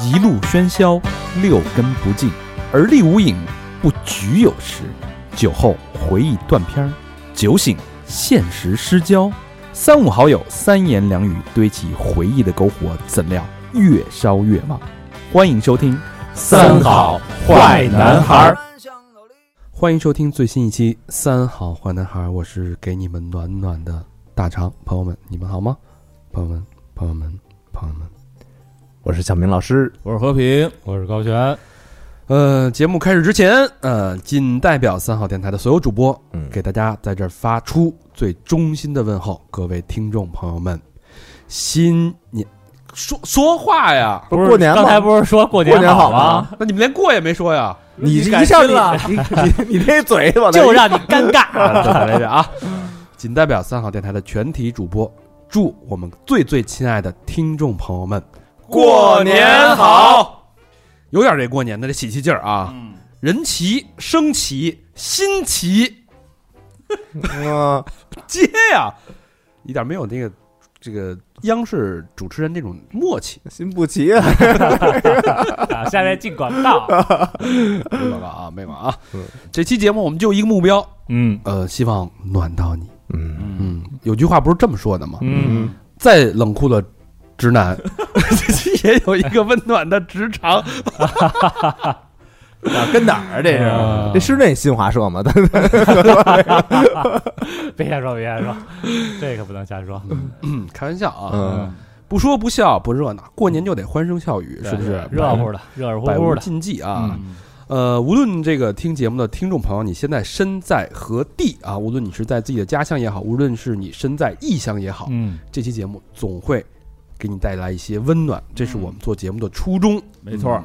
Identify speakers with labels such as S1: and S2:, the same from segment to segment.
S1: 一路喧嚣，六根不净，而立无影，不局有时。酒后回忆断片儿，酒醒现实失焦。三五好友三言两语堆起回忆的篝火，怎料越烧越旺。欢迎收听《
S2: 三好坏男孩儿
S1: 欢迎收听最新一期《三好坏男孩》，我是给你们暖暖的大肠，朋友们，你们好吗？朋友们，朋友们，朋友们。
S2: 我是小明老师，
S3: 我是和平，
S4: 我是高璇，
S1: 呃，节目开始之前，呃，仅代表三好电台的所有主播，
S2: 嗯
S1: 给大家在这儿发出最衷心的问候，各位听众朋友们，新年说说话呀，
S2: 不是过年
S4: 刚才
S2: 吗？
S4: 不是说过
S2: 过年
S4: 好
S2: 好吗？
S1: 那你们连过也没说呀，
S2: 你
S4: 你
S2: 这一
S4: 敢
S2: 上
S4: 亲了
S2: 你你你你那嘴 往那
S4: 就让你尴尬。
S1: 啊再来一遍啊！ 仅代表三好电台的全体主播，祝我们最最亲爱的听众朋友们
S2: 过年好，嗯
S1: 有点这过年的这喜气劲儿啊！人齐升旗，新旗
S2: 嗯，
S1: 接呀、一点没有那个这个央视主持人那种默契，
S2: 心不齐啊，
S4: 啊下面进广告，
S1: 没广告啊，没广告啊。
S2: 嗯
S1: 这期节目我们就一个目标，
S3: 嗯
S1: 呃，希望暖到你。
S2: 嗯，
S1: 嗯，有句话不是这么说的吗？
S3: 嗯，
S1: 再冷酷的直 男，也有一个温暖的直肠。
S2: 哪跟哪儿啊这
S4: 啊
S2: 是？这是那新华社吗？
S4: 别瞎说，别瞎说，这可不能瞎说。
S1: 嗯，开玩笑啊，
S2: 嗯，
S1: 不说不笑不热闹，过年就得欢声笑语，
S4: 对
S1: 是不是？
S4: 热乎的，热热乎
S1: 百
S4: 乎
S1: 无
S4: 的？
S1: 禁忌啊。呃，无论这个听节目的听众朋友，你现在身在何地啊？无论你是在自己的家乡也好，无论是你身在异乡也好，
S3: 嗯，
S1: 这期节目总会给你带来一些温暖，这是我们做节目的初衷。
S3: 没错，
S1: 嗯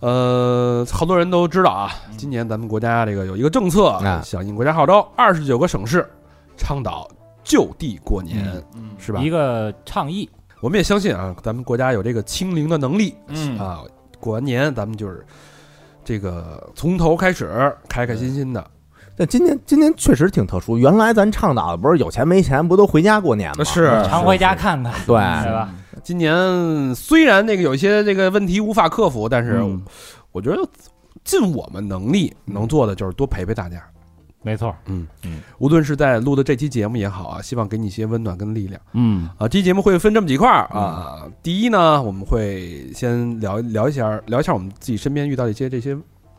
S1: 呃，好多人都知道啊，
S3: 嗯
S1: 今年咱们国家这个有一个政策，
S2: 啊
S1: 响应国家号召，二十九个省市倡导就地过年，
S3: 嗯
S1: 是吧
S4: 一？个倡议，
S1: 我们也相信啊，咱们国家有这个清零的能力、
S3: 嗯
S1: 啊，过完年咱们就是这个从头开始，开开心心的。
S2: 但今年今年确实挺特殊。原来咱倡导的不是有钱没钱不都回家过
S3: 啊
S2: 年吗？啊
S1: 啊是哎
S4: 常回家看看，
S2: 对，
S4: 对吧？
S1: 今年虽然那个有一些这个问题无法克服，但是
S3: 嗯
S1: 我觉得尽我们能力能做的就是多陪陪大家。
S4: 没错，
S1: 无论是在录的这期节目也好啊，希望给你一些温暖跟力量
S3: 嗯
S1: 啊。这期节目会分这么几块儿啊。第一呢，我们会先聊聊一下聊一下我们自己身边遇到的一些这些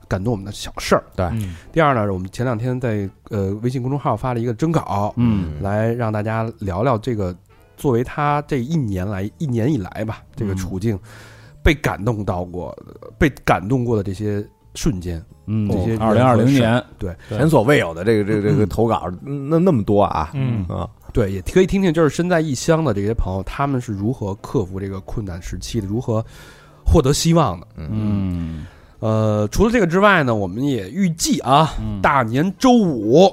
S1: 感动我们的小事儿。
S4: 嗯，
S1: 第二呢，我们前两天在呃微信公众号发了一个征稿，
S3: 嗯
S1: 来让大家聊聊这个作为他这一年来一年以来吧这个
S3: 嗯
S1: 处境被感动到过、被感动过的这些瞬间。
S3: 嗯
S1: 这些
S3: 二零二零年，
S2: 前所未有的这个这个 这个投稿，那那么多啊，
S4: 嗯
S2: 啊，
S1: 对，也可以听听，就是身在异乡的这些朋友，他们是如何克服这个困难时期的，如何获得希望的。
S3: 嗯
S1: 呃，除了这个之外呢，我们也预计啊，
S3: 嗯
S1: 大年周五、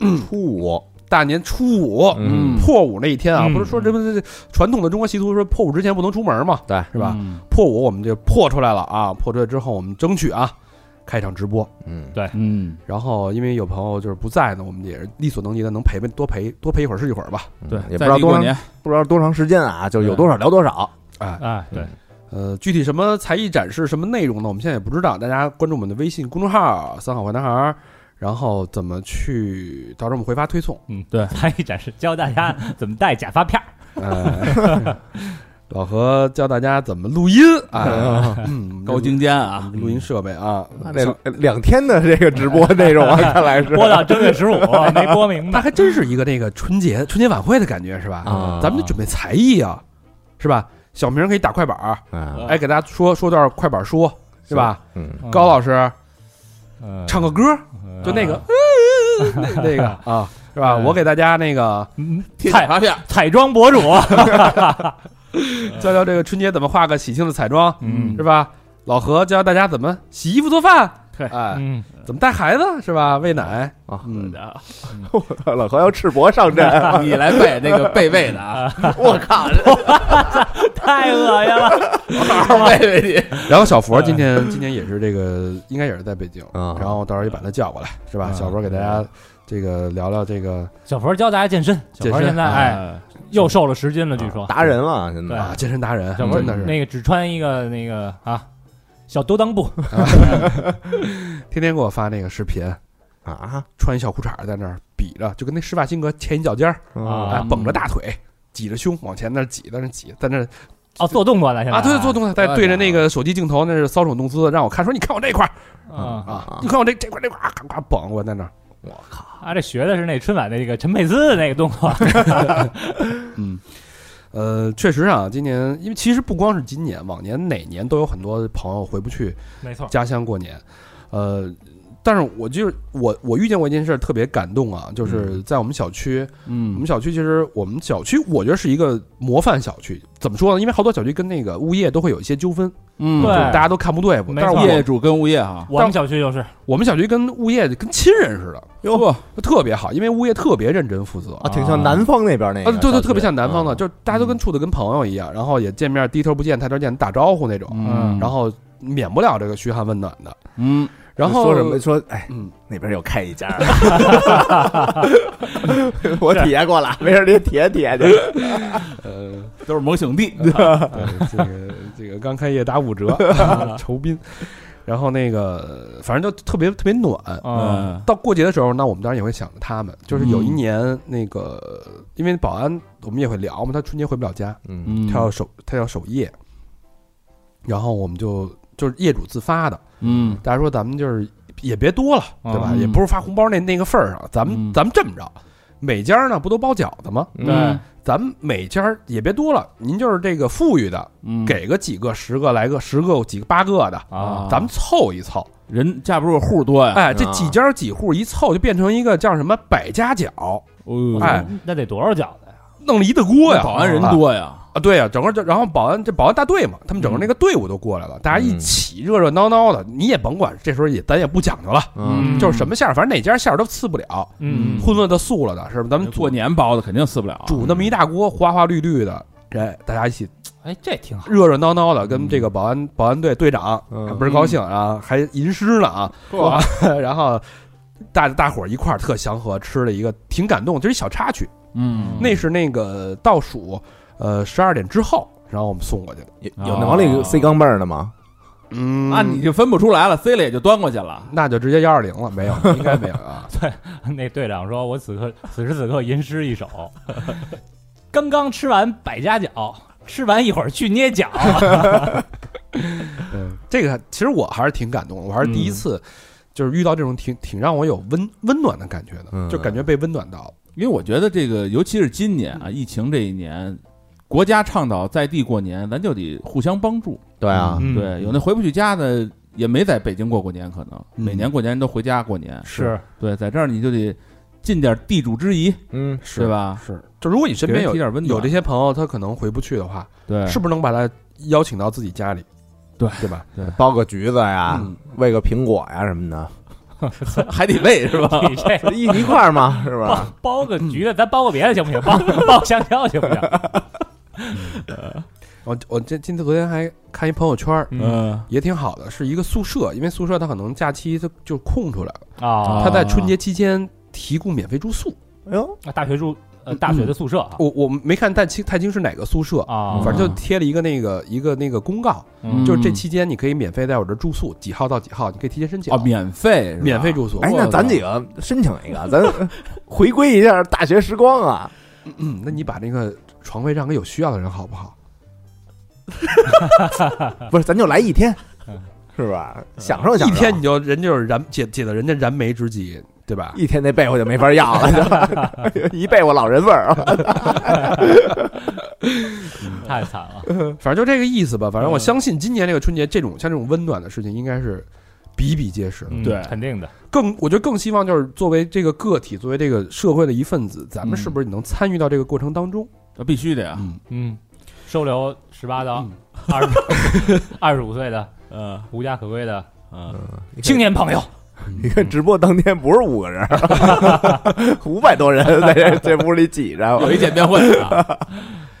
S2: 初五，
S1: 大年初五、
S3: 嗯
S1: 破五那一天啊，
S4: 嗯
S1: 不是说这不这传统的中国习俗说破五之前不能出门嘛，
S2: 对，
S1: 是
S3: 嗯
S1: 吧？？破五我们就破出来了啊，破出来之后我们争取啊，开一场直播。
S2: 嗯，
S3: 嗯，
S1: 然后因为有朋友就是不在呢，我们也是力所能及的能陪陪多陪多陪一会儿是一会儿吧。
S3: 对，
S2: 嗯也
S3: 在
S2: 不知道
S3: 地
S2: 多
S3: 过
S2: 长
S3: 年，
S2: 不知道多长时间啊，就有
S3: 对
S2: 多少聊多少，
S1: 哎，
S4: 哎，对，
S1: 呃，具体什么才艺展示、什么内容呢？我们现在也不知道。大家关注我们的微信公众号“三好坏男孩儿”，然后怎么去？到时候我们会发推送。
S4: 嗯，
S3: 对
S4: 参与展示教大家怎么带假 发片儿，
S1: 哎老何教大家怎么录音啊，嗯
S3: 高精尖啊，
S1: 录音设备啊，
S2: 那两天的这个直播内 容啊，看来是
S4: 播到正月十五没播明
S1: 那
S4: 白，
S1: 还真是一个那个春节春节晚会的感觉是吧？
S2: 啊
S1: 咱们得准备才艺啊，是吧？小明可以打快板儿，
S2: 啊，
S1: 哎，给大家说说段快板说，是吧？
S2: 嗯，
S1: 高老师
S4: 嗯
S1: 唱个歌，就那个，呃那那个啊，是吧？
S4: 嗯
S1: 我给大家那个
S4: 嗯
S3: 贴假
S4: 彩
S3: 发片，
S4: 彩妆 博主，
S1: 教教这个春节怎么化个喜庆的彩妆，
S3: 嗯
S1: 是吧？老何教大家怎么洗衣服、做饭，
S3: 对
S1: 哎，
S4: 嗯，
S1: 怎么带孩子，是吧？喂奶
S2: 啊，
S1: 嗯，
S2: 老何要赤膊上阵，啊
S3: 你来背那个贝贝的啊，
S2: 我靠，
S4: 太恶 心了，
S3: 好好背背你，
S1: 然后小佛今天今天也是这个，应该也是在北京，
S2: 啊
S1: 然后到时候也把他叫过来，是吧？
S4: 嗯
S1: 小佛给大家。这个聊聊这个
S4: 小佛教大家健身，小
S1: 健
S4: 佛
S1: 身
S4: 现在哎
S3: 哎，
S4: 又瘦了十斤了，据说。
S2: 达人了，现
S4: 对
S2: 在
S1: 啊，健身达人，
S4: 小佛
S1: 真的是
S4: 那个只穿一个那个啊小 兜裆布，
S1: 天天给我发那个视频，
S2: 啊
S1: 穿一小裤衩儿在那儿比着，就跟那施瓦辛格前一脚尖儿，
S4: 啊
S1: 哎，绷着大腿，挤着胸往前那儿挤，在那儿挤，在那儿
S4: 哦，做动作呢，现在
S1: 啊，对对，做动作，在对着那个手机镜头，那是搔首弄姿，让我看，说你看我这块儿
S4: 啊
S1: 啊，你看我这这块儿这块儿啊，呱呱绷，我在那儿，
S4: 啊，这学的是那春晚那个陈佩斯的那个动作，
S1: 嗯，呃，确实啊，今年因为其实不光是今年，往年哪年都有很多朋友回不去
S4: 没错，
S1: 家乡过年，呃，但是我就是我我遇见过一件事儿特别感动啊，
S4: 嗯
S1: 就是在我们小区，我
S3: 嗯
S1: 们小区其实我们小区我觉得是一个模范小区，怎么说呢？因为好多小区跟那个物业都会有一些纠纷，
S3: 嗯，
S1: 就是
S4: 对
S1: 大家都看不对付，
S4: 没
S1: 但是
S4: 错
S1: 我
S3: 业主跟物业啊，
S4: 我们小区就是
S1: 我们小区跟物业跟亲人似的，
S3: 哟不，
S1: 特别好，因为物业特别认真负责。
S2: 啊，挺像南方那边那
S1: 啊，
S2: 个，
S1: 对对，特别像南方的，
S2: 嗯
S1: 就是大家都跟处的跟朋友一样，然后也见面低头不见抬头见，打招呼那种，
S3: 嗯，
S1: 然后免不了这个嘘寒问暖的。
S3: 嗯，
S1: 然后
S2: 说什么？说哎，
S1: 嗯，
S2: 那边又开一家，我体验过了，没事你体验体验去。
S1: 呃，
S3: 都是蒙兄弟，
S1: 对，这个这个刚开业打 五折，酬宾。然后那个反正就特别特别暖。
S3: 嗯
S4: 啊，
S1: 到过节的时候，那我们当然也会想着他们。就是有一
S2: 嗯
S1: 年那个，因为保安我们也会聊嘛，他春节回不了家，
S2: 嗯
S3: 嗯，
S1: 他要守他要守夜，然后我们就就是业主自发的，
S3: 嗯，
S1: 大家说咱们就是也别多了，对吧？
S3: 嗯
S1: 也不是发红包那那个份儿上，咱们、
S3: 嗯
S1: 咱们这么着，每家呢不都包饺子吗？
S4: 对，
S1: 咱们每家儿也别多了，您就是这个富裕的，
S3: 嗯，
S1: 给个几个、十个来个、十个几个、八个的，
S4: 啊
S1: 咱们凑一凑。
S3: 人架不住户多呀，
S1: 哎，这几家儿几户一凑，就变成一个叫什么百家饺，
S3: 呦
S1: 哎，
S4: 那得多少饺子呀？
S1: 弄了一大锅呀。
S3: 保安人多呀，
S1: 啊，对呀、整个就然后保安这保安大队嘛，他们整个那个队伍都过来了，大家一起热热闹闹的，你也甭管，这时候也咱也不讲究了，
S4: 嗯
S1: 就是什么馅儿，反正哪家馅儿都次不了，
S4: 嗯
S1: 荤了的素了的，是吧？咱们
S3: 过
S1: 煮
S3: 年包的肯定撕不了，
S1: 煮那么一大锅，花花绿绿的，哎，大家一起
S4: 哎，这挺好，
S1: 热热闹闹的，跟这个保安保安队队长
S2: 嗯
S1: 还倍儿高兴啊，还吟诗呢啊，
S3: 嚯
S1: 然后大大伙儿一块儿特祥和，吃了一个挺感动，这是一小插曲，
S3: 嗯，
S1: 那是那个倒数呃十二点之后，然后我们送过去的。
S2: 有有能往里塞钢镚儿的吗？
S1: 嗯
S3: 那啊你就分不出来了，塞了也就端过去了，
S1: 那就直接幺二零了，没有，应该没有 啊。
S4: 那队长说：“我此刻此时此刻吟诗一首，刚刚吃完百家饺，吃完一会儿去捏脚。
S1: 嗯，这个其实我还是挺感动的，我还是第一
S3: 嗯
S1: 次就是遇到这种挺挺让我有温温暖的感觉的，
S2: 嗯
S1: 就感觉被温暖到了。
S3: 因为我觉得这个，尤其是今年啊，疫情这一年。国家倡导在地过年，咱就得互相帮助。
S2: 对啊，
S4: 嗯
S3: 对，有那回不去家的，也没在北京过过年，可能
S1: 嗯
S3: 每年过年都回家过年。
S4: 是
S3: 对，在这儿你就得尽点地主之谊，
S2: 嗯，
S1: 是
S3: 对？吧？
S1: 是，就如果你身边
S3: 给人
S1: 有
S3: 提点温暖
S1: 有这些朋友，他可能回不去的话，
S3: 对，
S1: 是不是能把他邀请到自己家里？
S3: 对
S1: 对吧？
S2: 剥个橘子呀
S1: 嗯，
S2: 喂个苹果呀什么的，
S3: 还得喂是吧？
S4: 你这
S2: 一一块儿嘛，是
S4: 包
S2: 吧？
S4: 包个橘
S1: 嗯
S4: 子，咱包个别的行不 行？包包香蕉行不行？
S1: 我我这今天昨天还看一朋友圈儿，
S3: 嗯
S1: 也挺好的，是一个宿舍，因为宿舍它可能假期它就空出来了，
S4: 啊
S1: 它在春节期间提供免费住宿。
S2: 哎呦，
S4: 大学住呃大学的宿舍啊
S1: 我我没看但清太清是哪个宿舍，
S4: 啊，
S1: 嗯反正就贴了一个那个一个那个公告，
S4: 嗯
S1: 就是这期间你可以免费在我这住宿，几号到几号，你可以提前申请
S3: 哦，免费是吧
S1: 免费住宿。
S2: 哎，那咱几个申请一个，咱回归一下大学时光啊！
S1: 嗯，那你把那个床位让给有需要的人好不好？
S2: 不是，咱就来一天，是吧？享受享
S1: 一
S2: 受，
S1: 天你就人就是燃解解了人家燃眉之急，对吧？
S2: 一天那被窝就没法要了，是吧 一被窝老人味儿。啊
S4: 太惨了。
S1: 反正就这个意思吧。反正我相信今年这个春节，这种像这种温暖的事情应该是比比皆是。
S4: 嗯
S3: 对
S4: 肯定的，
S1: 更我觉得更希望就是作为这个个体，作为这个社会的一份子，咱们是不是也能参与到这个过程当中？
S3: 那必须的呀。
S1: 嗯，
S4: 嗯，收留十八到
S1: 嗯
S4: 二十 二十五岁的
S3: 嗯
S4: 无家可归的
S3: 嗯，
S4: 青年朋友，
S2: 你看直播当天不是五个人， 五百多人在这这屋里挤着，
S3: 有一见面会啊，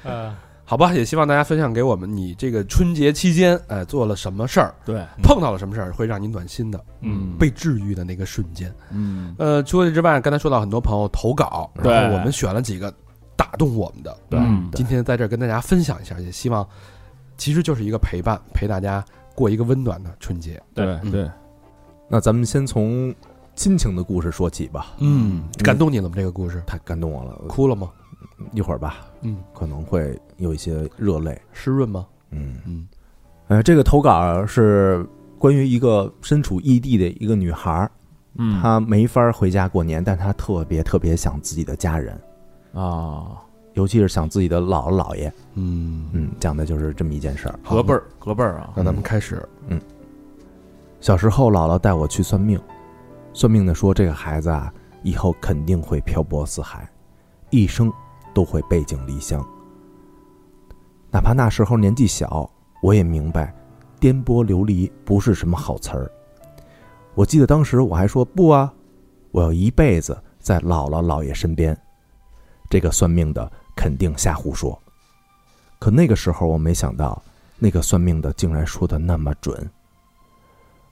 S4: 呃，
S5: 好吧，也希望大家分享给我们你这个春节期间，哎，做了什么事儿，
S3: 对，
S5: 碰到了什么事儿，会让你暖心的，
S3: 嗯
S5: 被治愈的那个瞬间。
S3: 嗯，
S5: 呃，除了这之外，刚才说到很多朋友投稿，
S3: 对
S5: 然后我们选了几个打动我们的，
S3: 对
S4: 嗯
S5: 今天在这儿跟大家分享一下，也希望其实就是一个陪伴，陪大家过一个温暖的春节。
S3: 对对，
S2: 那咱们先从亲情的故事说起吧，
S5: 嗯，感动你了吗？这个故事
S2: 太感动我
S3: 嗯
S2: 了，
S5: 哭了吗？
S2: 一会儿吧，
S5: 嗯，
S2: 可能会有一些热泪，
S5: 湿润吗？
S2: 嗯
S5: 嗯，
S2: 呃，这个投稿是关于一个身处异地的一个女孩儿，
S3: 嗯
S2: 她没法回家过年，但她特别特别想自己的家人，
S3: 啊，
S2: 尤其是想自己的姥姥姥爷，
S5: 嗯，
S2: 嗯，讲的就是这么一件事儿。
S3: 隔辈儿隔辈儿啊，
S5: 那咱们开始。
S2: 小时候，姥姥带我去算命，算命的说这个孩子啊，以后肯定会漂泊四海，一生都会背井离乡。哪怕那时候年纪小，我也明白，颠簸流离不是什么好词儿。我记得当时我还说不啊，我要一辈子在姥姥姥爷身边。这个算命的肯定瞎胡说，可那个时候我没想到，那个算命的竟然说的那么准。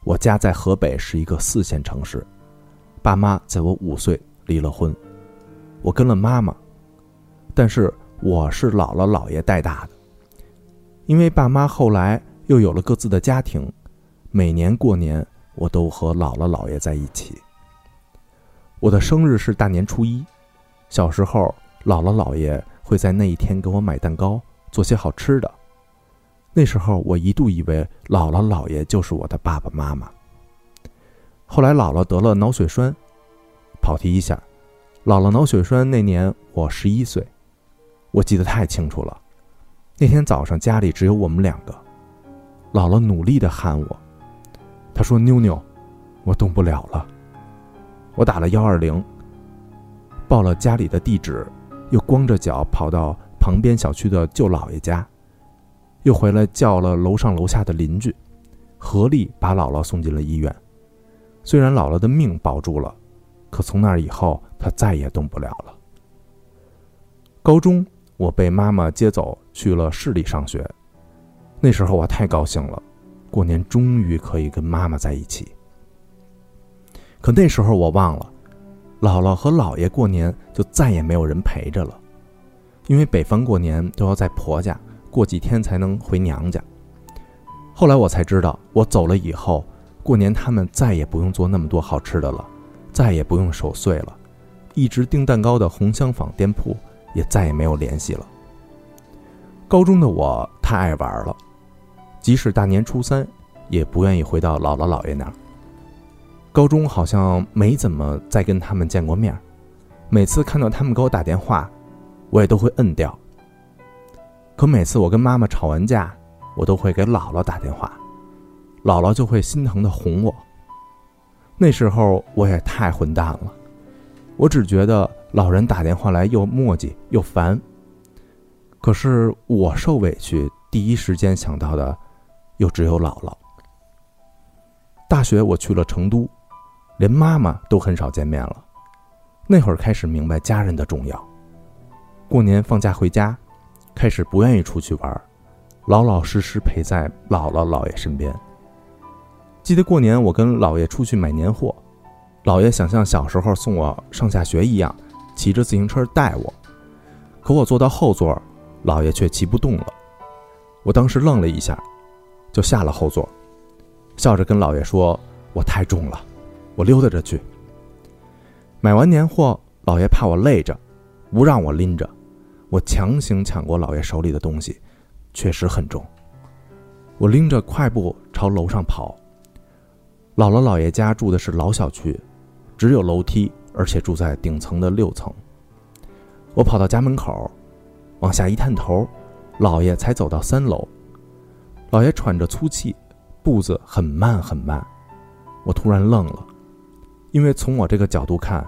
S2: 我家在河北是一个四线城市，爸妈在我五岁离了婚，我跟了妈妈，但是我是姥姥姥爷带大的，因为爸妈后来又有了各自的家庭，每年过年我都和姥姥姥爷在一起。我的生日是大年初一，小时候姥姥姥爷会在那一天给我买蛋糕，做些好吃的。那时候我一度以为姥姥姥爷就是我的爸爸妈妈。后来姥姥得了脑血栓，跑题一下，姥姥脑血栓那年我十一岁，我记得太清楚了。那天早上家里只有我们两个，姥姥努力的喊我，她说：“妞妞，我动不了了。”我打了幺二零，报了家里的地址，又光着脚跑到旁边小区的舅姥爷家。又回来叫了楼上楼下的邻居，合力把姥姥送进了医院。虽然姥姥的命保住了，可从那以后她再也动不了了。高中我被妈妈接走去了市里上学，那时候我太高兴了，过年终于可以跟妈妈在一起。可那时候我忘了，姥姥和姥爷过年就再也没有人陪着了，因为北方过年都要在婆家。过几天才能回娘家。后来我才知道，我走了以后，过年他们再也不用做那么多好吃的了，再也不用守岁了，一直订蛋糕的红香坊店铺也再也没有联系了。高中的我太爱玩了，即使大年初三，也不愿意回到姥姥姥爷那儿。高中好像没怎么再跟他们见过面儿，每次看到他们给我打电话，我也都会摁掉。可每次我跟妈妈吵完架，我都会给姥姥打电话，姥姥就会心疼的哄我。那时候我也太混蛋了，我只觉得老人打电话来又磨叽又烦。可是我受委屈，第一时间想到的又只有姥姥。大学我去了成都，连妈妈都很少见面了。那会儿开始明白家人的重要。过年放假回家，开始不愿意出去玩儿，老老实实陪在姥姥姥爷身边。记得过年我跟姥爷出去买年货，姥爷想像小时候送我上下学一样，骑着自行车带我，可我坐到后座，姥爷却骑不动了。我当时愣了一下，就下了后座，笑着跟姥爷说：“我太重了，我溜达着去。”买完年货，姥爷怕我累着，不让我拎着。我强行抢过老爷手里的东西，确实很重。我拎着快步朝楼上跑。姥姥姥爷家住的是老小区，只有楼梯，而且住在顶层的六层。我跑到家门口，往下一探头，姥爷才走到三楼。姥爷喘着粗气，步子很慢很慢。我突然愣了，因为从我这个角度看，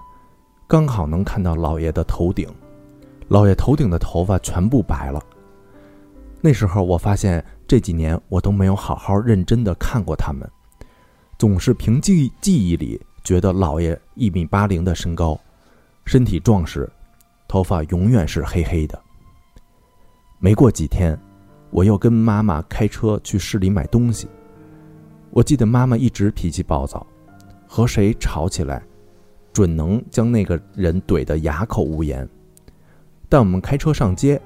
S2: 刚好能看到姥爷的头顶。老爷头顶的头发全部白了。那时候我发现这几年我都没有好好认真的看过他们，总是凭记记忆里觉得老爷一米八零的身高，身体壮实，头发永远是黑黑的。没过几天，我又跟妈妈开车去市里买东西。我记得妈妈一直脾气暴躁，和谁吵起来，准能将那个人怼得哑口无言。但我们开车上街，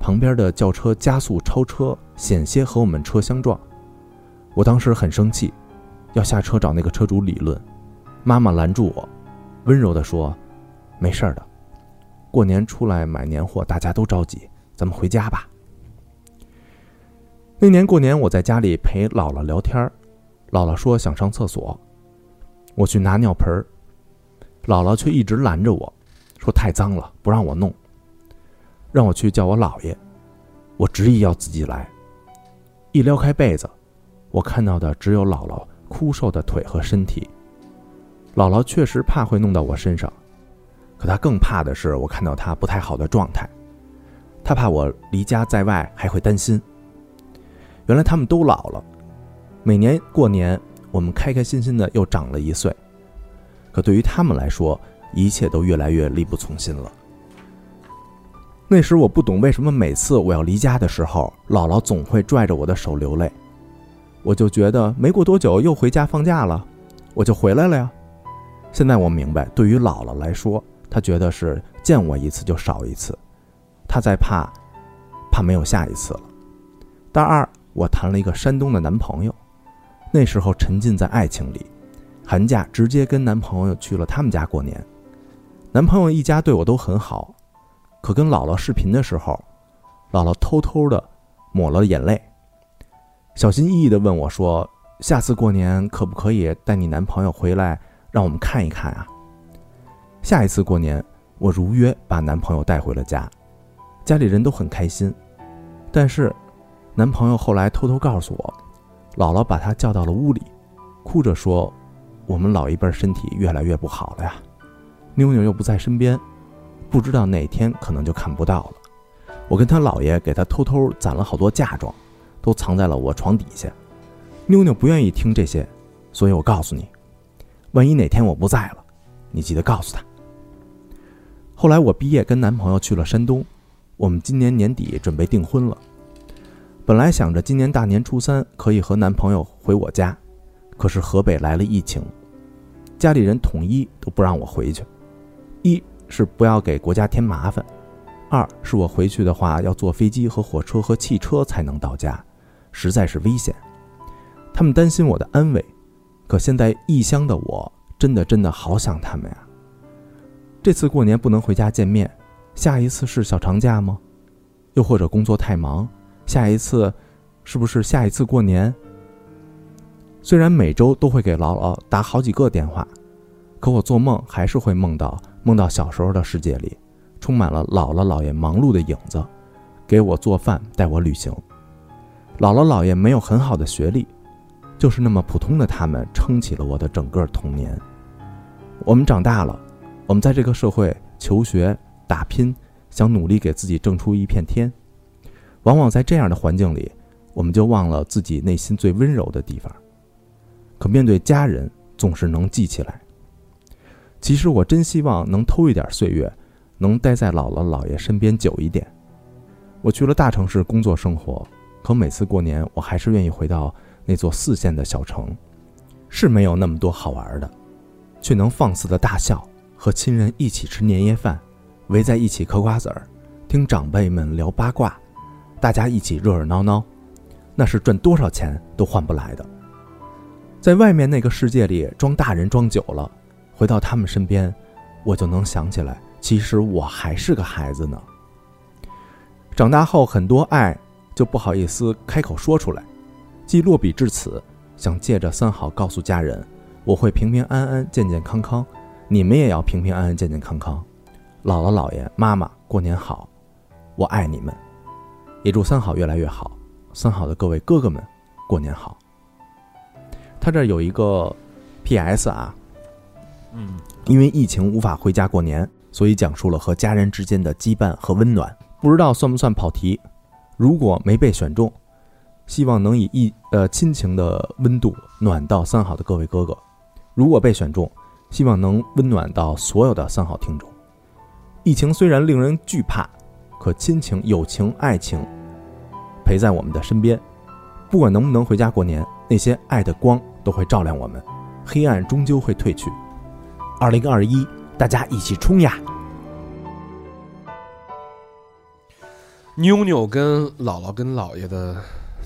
S2: 旁边的轿车加速超车，险些和我们车相撞。我当时很生气，要下车找那个车主理论。妈妈拦住我，温柔地说：“没事儿的，过年出来买年货，大家都着急，咱们回家吧。”那年过年，我在家里陪姥姥聊天儿，姥姥说想上厕所，我去拿尿盆儿，姥姥却一直拦着我，说太脏了，不让我弄，让我去叫我姥爷。我执意要自己来，一撩开被子，我看到的只有姥姥枯瘦的腿和身体。姥姥确实怕会弄到我身上，可她更怕的是我看到她不太好的状态，她怕我离家在外还会担心。原来他们都老了，每年过年我们开开心心的又长了一岁，可对于他们来说，一切都越来越力不从心了。那时我不懂为什么每次我要离家的时候，姥姥总会拽着我的手流泪，我就觉得没过多久又回家放假了，我就回来了呀。现在我明白，对于姥姥来说，她觉得是见我一次就少一次，她在怕，怕没有下一次了。大二，我谈了一个山东的男朋友，那时候沉浸在爱情里，寒假直接跟男朋友去了他们家过年。男朋友一家对我都很好，可跟姥姥视频的时候，姥姥偷偷的抹了眼泪，小心翼翼的问我说：“下次过年可不可以带你男朋友回来？”让我们看一看啊。下一次过年，我如约把男朋友带回了家，家里人都很开心。但是，男朋友后来偷偷告诉我，姥姥把他叫到了屋里，哭着说：“我们老一辈身体越来越不好了呀，妞妞又不在身边，不知道哪天可能就看不到了。”我跟他姥爷给他偷偷攒了好多嫁妆，都藏在了我床底下。妞妞不愿意听这些，所以我告诉你，万一哪天我不在了，你记得告诉他。后来我毕业跟男朋友去了山东，我们今年年底准备订婚了。本来想着今年大年初三可以和男朋友回我家，可是河北来了疫情，家里人统一都不让我回去，一是不要给国家添麻烦，二是我回去的话要坐飞机和火车和汽车才能到家，实在是危险。他们担心我的安危，可现在异乡的我，真的真的好想他们呀。这次过年不能回家见面，下一次是小长假吗？又或者工作太忙，下一次是不是下一次过年？虽然每周都会给姥姥打好几个电话，可我做梦还是会梦到梦到小时候的世界里，充满了姥姥姥爷忙碌的影子，给我做饭，带我旅行。姥姥姥爷没有很好的学历，就是那么普通的他们撑起了我的整个童年。我们长大了，我们在这个社会求学打拼，想努力给自己挣出一片天。往往在这样的环境里，我们就忘了自己内心最温柔的地方。可面对家人，总是能记起来。其实我真希望能偷一点岁月，能待在姥姥姥爷身边久一点。我去了大城市工作生活，可每次过年，我还是愿意回到那座四线的小城，是没有那么多好玩的，却能放肆的大笑，和亲人一起吃年夜饭，围在一起嗑瓜子儿，听长辈们聊八卦，大家一起热热闹闹，那是赚多少钱都换不来的。在外面那个世界里装大人装久了，回到他们身边，我就能想起来，其实我还是个孩子呢。长大后很多爱就不好意思开口说出来。既落笔至此，想借着三好告诉家人，我会平平安安、健健康康，你们也要平平安安、健健康康。姥姥、姥爷、妈妈，过年好，我爱你们，也祝三好越来越好。三好的各位哥哥们，过年好。他这儿有一个 P.S. 啊，
S3: 嗯，
S2: 因为疫情无法回家过年，所以讲述了和家人之间的羁绊和温暖。不知道算不算跑题？如果没被选中，希望能以一呃亲情的温度暖到三好的各位哥哥；如果被选中，希望能温暖到所有的三好听众。疫情虽然令人惧怕，可亲情、友情、爱情陪在我们的身边。不管能不能回家过年，那些爱的光都会照亮我们，黑暗终究会褪去。二零二一，大家一起冲呀！
S1: 妞妞跟姥姥跟姥爷的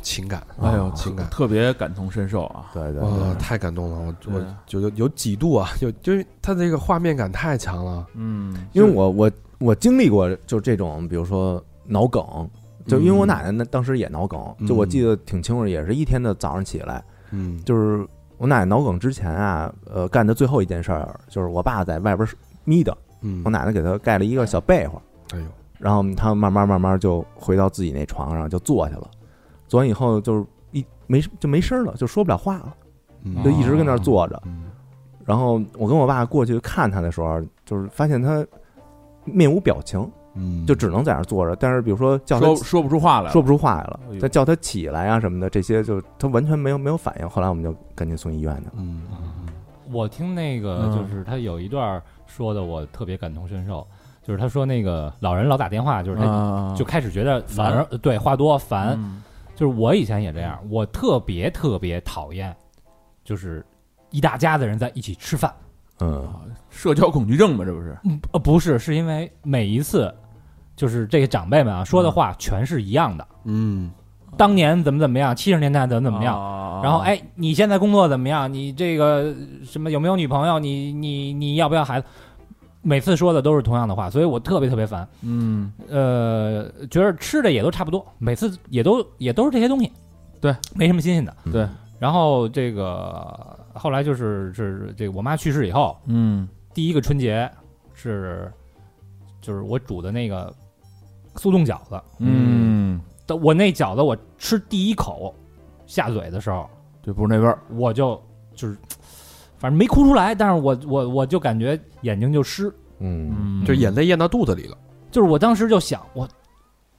S1: 情感，
S3: 哎呦，
S1: 嗯情感
S3: 特别感同身受啊！
S2: 对对
S1: 哇，太感动了！我
S3: 对
S1: 我觉得有几度啊， 有就是他这个画面感太强了。
S3: 嗯，
S2: 因为我我我经历过就这种，比如说脑梗，就因为我奶奶那当时也脑梗，就我记得挺清楚，也是一天的早上起来，
S1: 嗯，
S2: 就是我奶奶脑梗之前啊，呃，干的最后一件事儿就是我爸在外边眯的，
S1: 嗯
S2: 我，奶奶给他盖了一个小被窝，
S1: 哎呦，
S2: 然后他慢慢慢慢就回到自己那床上就坐下了，坐完以后就是一没就没声儿了，就说不了话了，
S1: 嗯
S2: 就一直跟那儿坐着。
S1: 嗯
S2: 然后我跟我爸过去看他的时候，啊就是发现他面无表情，
S1: 嗯，
S2: 就只能在那儿坐着。但是比如说叫他
S3: 说说不出话来，
S2: 说不出话来了
S3: 哎，呦
S2: 再叫他起来啊什么的，这些就他完全没有没有反应。后来我们就赶紧送医院去了。
S1: 嗯
S4: 我听那个
S3: 嗯
S4: 就是他有一段说的，我特别感同身受，就是他说那个老人老打电话，就是他
S3: 啊，
S4: 就开始觉得
S3: 烦
S4: 反而对话多烦，
S3: 嗯
S4: 就是我以前也这样，我特别特别讨厌，就是一大家子人在一起吃饭。
S2: 嗯，
S3: 社交恐惧症嘛，这不是？
S4: 嗯，呃，不是，是因为每一次就是这个长辈们啊
S3: 嗯
S4: 说的话全是一样的，
S1: 嗯
S4: 当年怎么怎么样，七十年代怎么怎么样。
S3: 样
S4: 然后，，哎，你现在工作怎么样？你这个什么有没有女朋友？你你你要不要孩子？每次说的都是同样的话，所以我特别特别烦。
S3: 嗯，
S4: 呃，觉得吃的也都差不多，每次也都也都是这些东西，
S3: 对，
S4: 没什么新鲜的。
S3: 对，
S4: 然后这个后来就是是这个我妈去世以后，
S3: 嗯
S4: 第一个春节是就是我煮的那个速冻饺子，
S3: 嗯，
S4: 但我那饺子我吃第一口下嘴的时候，
S3: 对，不是那味儿，
S4: 我就就是反正没哭出来，但是我我我就感觉眼睛就湿，
S2: 嗯，
S3: 嗯
S1: 就眼泪咽到肚子里了。
S4: 就是我当时就想我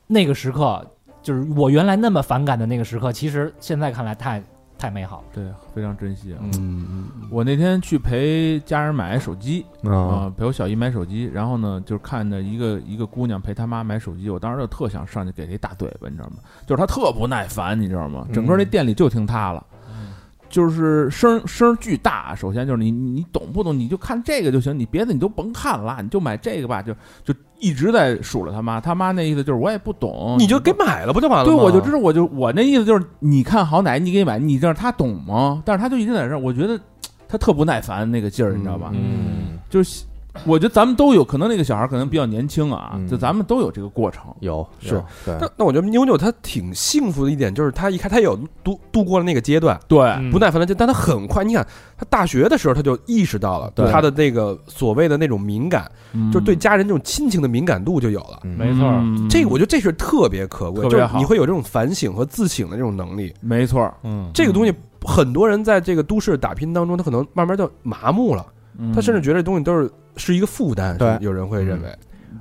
S4: 那个时刻。就是我原来那么反感的那个时刻，其实现在看来太太美好了。
S3: 对，非常珍惜啊。
S1: 嗯嗯
S3: 我那天去陪家人买手机啊、
S2: 啊，
S3: 陪我小姨买手机，然后呢，就是看着一个一个姑娘陪她妈买手机，我当时就特想上去给她一大嘴巴，你知道吗？就是她特不耐烦，你知道吗？整个那店里就听她了。就是声声巨大，首先就是你你你懂不懂？你就看这个就行，你别的你都甭看了，你就买这个吧，就就一直在数落他妈。他妈那意思就是我也不懂，
S1: 哦你就给买了不就完了吗？
S3: 对，我就知道，我就我那意思就是，你看好奶，你给买，你让他懂吗？但是他就一直在这儿，我觉得他特不耐烦那个劲儿，你知道吧？
S2: 嗯，
S3: 就是我觉得咱们都有可能，那个小孩可能比较年轻啊，
S2: 嗯
S3: 就咱们都有这个过程。
S2: 有
S1: 是
S2: 有对
S1: 那那我觉得妞妞她挺幸福的一点就是她一开她有度度过了那个阶段，
S3: 对，
S4: 嗯
S1: 不耐烦的阶段，但她很快，你看她大学的时候她就意识到了
S3: 对
S1: 她的那个所谓的那种敏感，
S3: 嗯
S1: 就对家人这种亲情的敏感度就有了。
S2: 嗯
S4: 没错儿
S3: 嗯
S1: 这个我觉得这是特别可贵，
S3: 特
S1: 就
S3: 别
S1: 是
S3: 好
S1: 你会有这种反省和自省的这种能力。
S3: 没错儿，
S4: 嗯，
S1: 这个东西很多人在这个都市打拼当中，他可能慢慢就麻木了，
S3: 嗯
S1: 他甚至觉得这东西都是是一个负担。
S2: 对
S1: 是有人会认为，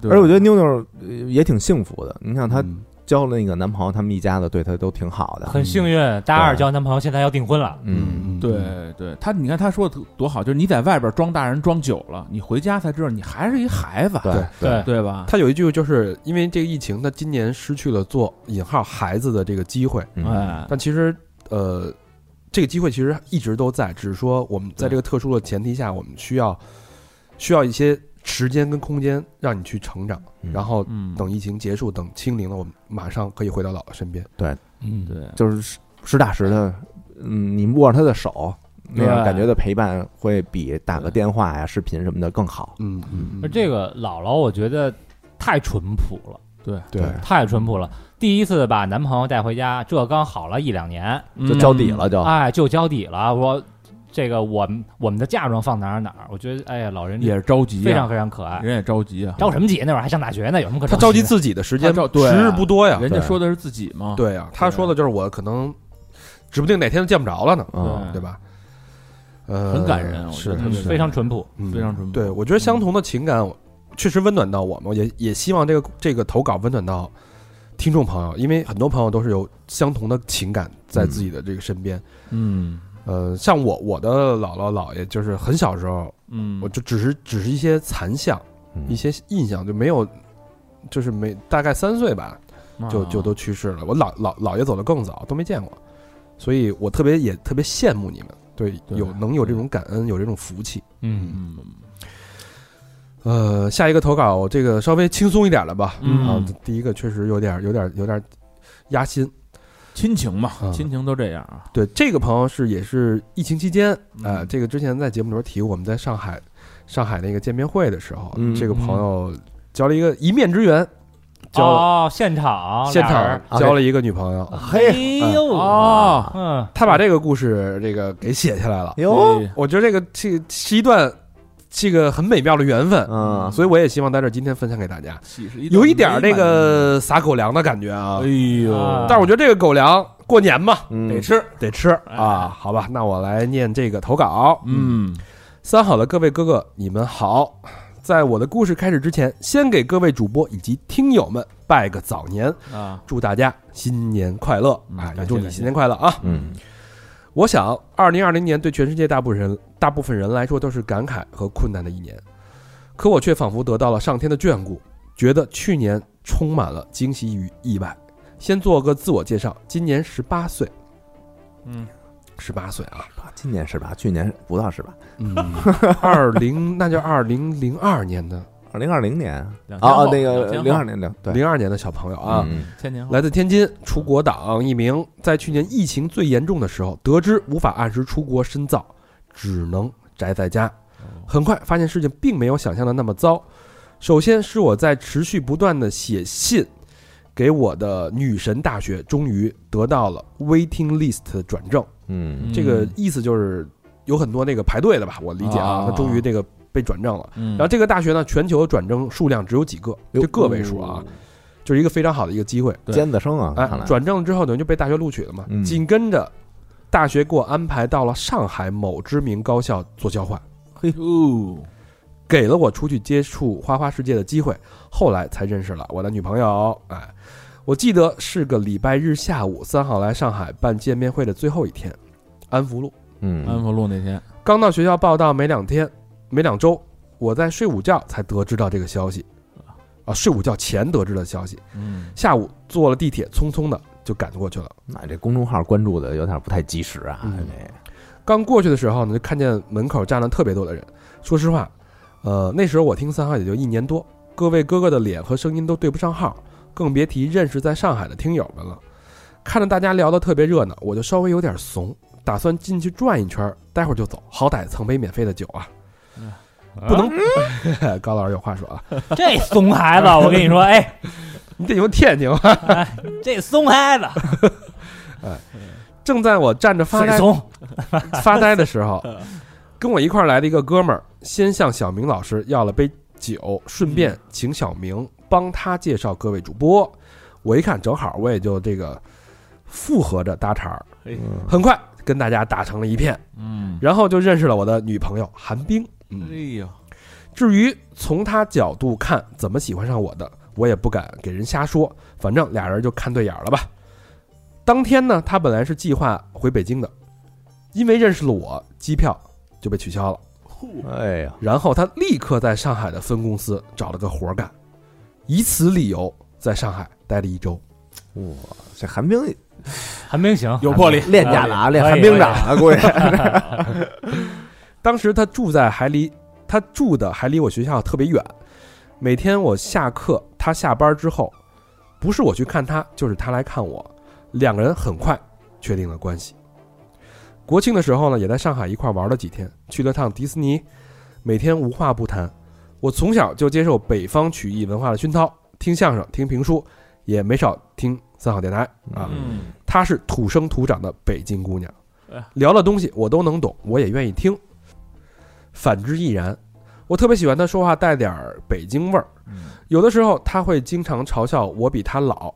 S3: 对
S2: 而且我觉得妞妞呃也挺幸福的，你看她
S1: 嗯
S2: 交了那个男朋友，他们一家子对她都挺好的。
S4: 很幸运，大二交男朋友，现在要订婚了。
S2: 嗯，
S3: 对对，他你看他说的多多好，就是你在外边装大人装久了，你回家才知道你还是一孩子，
S2: 对
S4: 对，
S3: 对吧？
S1: 他有一句就是因为这个疫情，他今年失去了做引号孩子的这个机会，
S2: 嗯
S3: 哎，
S1: 但其实呃，这个机会其实一直都在，只是说我们在这个特殊的前提下，我们需要需要一些时间跟空间让你去成长，
S2: 嗯
S1: 然后
S3: 嗯，
S1: 等疫情结束，等清零了，我们马上可以回到姥姥身边。
S4: 嗯，
S3: 对，
S2: 就是实实打实的，嗯，你握着她的手，那样
S3: 对
S2: 感觉的陪伴会比打个电话呀、视频什么的更好。
S1: 嗯嗯
S4: 而这个姥姥，我觉得太淳朴了，
S1: 对
S2: 对
S4: 太淳朴了。第一次把男朋友带回家，这刚好了一两年，
S2: 就
S3: 嗯
S2: 交底了，就
S4: 哎，就交底了。我这个我们我们的嫁妆放哪儿哪儿，我觉得哎呀，老人
S3: 嗯，也是着急啊，
S4: 非常非常可爱。
S3: 人也着急啊，
S4: 哎着什么急？那会儿还上大学呢，有什么可
S1: 他着急
S4: 的？
S1: 自己的时间
S3: 他着
S1: 时
S3: 对啊
S1: 日不多呀。
S3: 人家
S2: 对
S3: 说的是自己嘛，
S1: 对呀、他说的就是我可能，指不定哪天就见不着了呢，
S2: 嗯，
S1: 对吧？呃，
S3: 很感人我觉
S1: 是
S3: 得
S1: 的
S3: 特
S4: 嗯
S3: 别
S1: 是的
S4: 非常淳朴。
S1: 嗯
S3: 非常嗯淳朴
S1: 对，我觉得相同的情感，我确实温暖到我们，也也希望这个这个投稿温暖到听众朋友，因为很多朋友都是有相同的情感在自己的这个身边。
S3: 嗯
S1: 呃，像我我的姥姥姥爷，就是很小时候，
S3: 嗯，
S1: 我就只是只是一些残像，
S2: 嗯
S1: 一些印象，就没有，就是没大概三岁吧，就
S3: 啊
S1: 就都去世了。我姥姥姥爷走的更早，都没见过，所以我特别也特别羡慕你们，对，
S3: 对
S1: 有能有这种感恩，有这种福气。
S5: 嗯，
S3: 嗯
S1: 呃，下一个投稿这个稍微轻松一点了吧？啊
S3: 嗯，，
S1: 第一个确实有点有点有点压心。
S3: 亲情嘛
S1: 嗯，
S3: 亲情都这样啊。
S1: 对，这个朋友是也是疫情期间，呃，
S3: 嗯
S1: 这个之前在节目里边提过，我们在上海上海那个见面会的时候，
S2: 嗯
S1: 这个朋友交了一个一面之缘，交、
S4: 哦，现场
S1: 现
S4: 俩
S1: 场
S4: 人
S1: 交了一个女朋友。
S3: 啊
S2: 嘿
S4: 哎呦，
S3: 哦，
S4: 嗯，
S1: 他把这个故事这个给写下来了，
S2: 哟，
S3: 哎
S1: 我觉得这个这个是一段这个很美妙的缘分，啊
S2: 嗯，
S1: 所以我也希望在这儿今天分享给大家，
S3: 喜事一段
S1: 有一点儿
S3: 美
S1: 这
S3: 满
S1: 个撒狗粮的感觉啊
S3: 哎。呦，
S4: 啊
S1: 但是我觉得这个狗粮过年嘛
S2: 嗯
S1: 得吃得吃啊，好吧，那我来念这个投稿。，
S3: 哎嗯，
S1: 三好的各位哥哥，你们好。在我的故事开始之前，先给各位主播以及听友们拜个早年，
S3: 啊，
S1: 祝大家新年快乐
S3: 嗯
S1: 啊！也
S3: 感谢
S1: 祝你
S3: 感谢
S1: 新年快乐啊！
S2: 嗯
S1: 我想，二零二零年对全世界大部分人大部分人来说都是感慨和困难的一年，可我却仿佛得到了上天的眷顾，觉得去年充满了惊喜与意外。先做个自我介绍，今年十八岁，
S3: 嗯，
S1: 十八岁啊，
S2: 啊今年是吧？去年不到是吧？
S1: 嗯， 二零那就二零零二年的
S2: 二零二零年啊
S3: 两千
S2: 啊，
S3: 后
S2: 那个
S3: 两
S2: 零
S3: 千
S2: 二
S3: 后
S2: 年零对
S1: 零二年的小朋友啊，
S2: 嗯
S3: 千年后
S1: 来自天津，出国党一名。在去年疫情最严重的时候，得知无法按时出国深造，只能宅在家。很快发现事情并没有想象的那么糟。首先是我在持续不断的写信给我的女神大学，终于得到了 waiting list 的转正。
S2: 嗯
S1: 这个意思就是有很多那个排队的吧，我理解啊
S3: 啊，
S1: 他终于这个被转正了。
S3: 嗯，
S1: 然后这个大学呢，全球转正数量只有几个，就个位数
S2: 哦
S1: 啊，就是一个非常好的一个机会。
S3: 对
S2: 尖子生啊，看
S1: 哎，
S2: 来
S1: 转正之后等于就被大学录取了嘛。
S2: 嗯
S1: 紧跟着，大学给我安排到了上海某知名高校做交换，
S3: 哦，
S1: 给了我出去接触花花世界的机会。后来才认识了我的女朋友。哎，我记得是个礼拜日下午，三好来上海办见面会的最后一天，安福路。
S3: 安
S2: 嗯
S3: 福路那天，
S1: 刚到学校报到没两天，没两周，我在睡午觉才得知到这个消息。啊，睡午觉前得知的消息，
S3: 嗯，
S1: 下午坐了地铁，匆匆的就赶过去了。
S2: 那这公众号关注的有点不太及时啊，
S1: 嗯
S2: 这
S1: 刚过去的时候呢，就看见门口站了特别多的人。说实话，呃，那时候我听三号也就一年多，各位哥哥的脸和声音都对不上号，更别提认识在上海的听友们了。看着大家聊得特别热闹，我就稍微有点怂，打算进去转一圈，待会儿就走，好歹蹭杯免费的酒啊，不能。 高老师有话说啊，
S4: 这怂孩子，我跟你说，哎，
S1: 你得有天津话。啊
S4: 这怂孩子，
S1: 正在我站着发
S4: 谁
S1: 呆
S4: 怂？
S1: 发呆的时候，跟我一块儿来的一个哥们儿，先向小明老师要了杯酒，顺便请小明帮他介绍各位主播。我一看，正好我也就这个附和着搭茬儿，
S2: 嗯
S1: 很快跟大家打成了一片，
S3: 嗯，
S1: 然后就认识了我的女朋友韩冰。
S3: 哎
S1: 嗯，
S3: 呦，
S1: 至于从她角度看怎么喜欢上我的，我也不敢给人瞎说，反正俩人就看对眼儿了吧。当天呢，她本来是计划回北京的，因为认识了我，机票就被取消了。
S2: 哎呀，
S1: 然后他立刻在上海的分公司找了个活儿干，以此理由在上海待了一周。
S2: 哇，这寒冰
S4: 寒冰行，
S3: 有魄力，
S2: 练家了啊，练
S4: 可以
S2: 寒冰掌啊，估计
S1: 当时他住在还离他住的还离我学校特别远，每天我下课，他下班之后，不是我去看他，就是他来看我，两个人很快确定了关系。国庆的时候呢，也在上海一块玩了几天，去了趟迪士尼，每天无话不谈。我从小就接受北方曲艺文化的熏陶，听相声、听评书，也没少听三好电台啊。
S3: 嗯，
S1: 她是土生土长的北京姑娘
S3: 哎，
S1: 聊的东西我都能懂，我也愿意听。反之亦然，我特别喜欢她说话带点儿北京味儿。
S3: 嗯
S1: 有的时候她会经常嘲笑我比她老，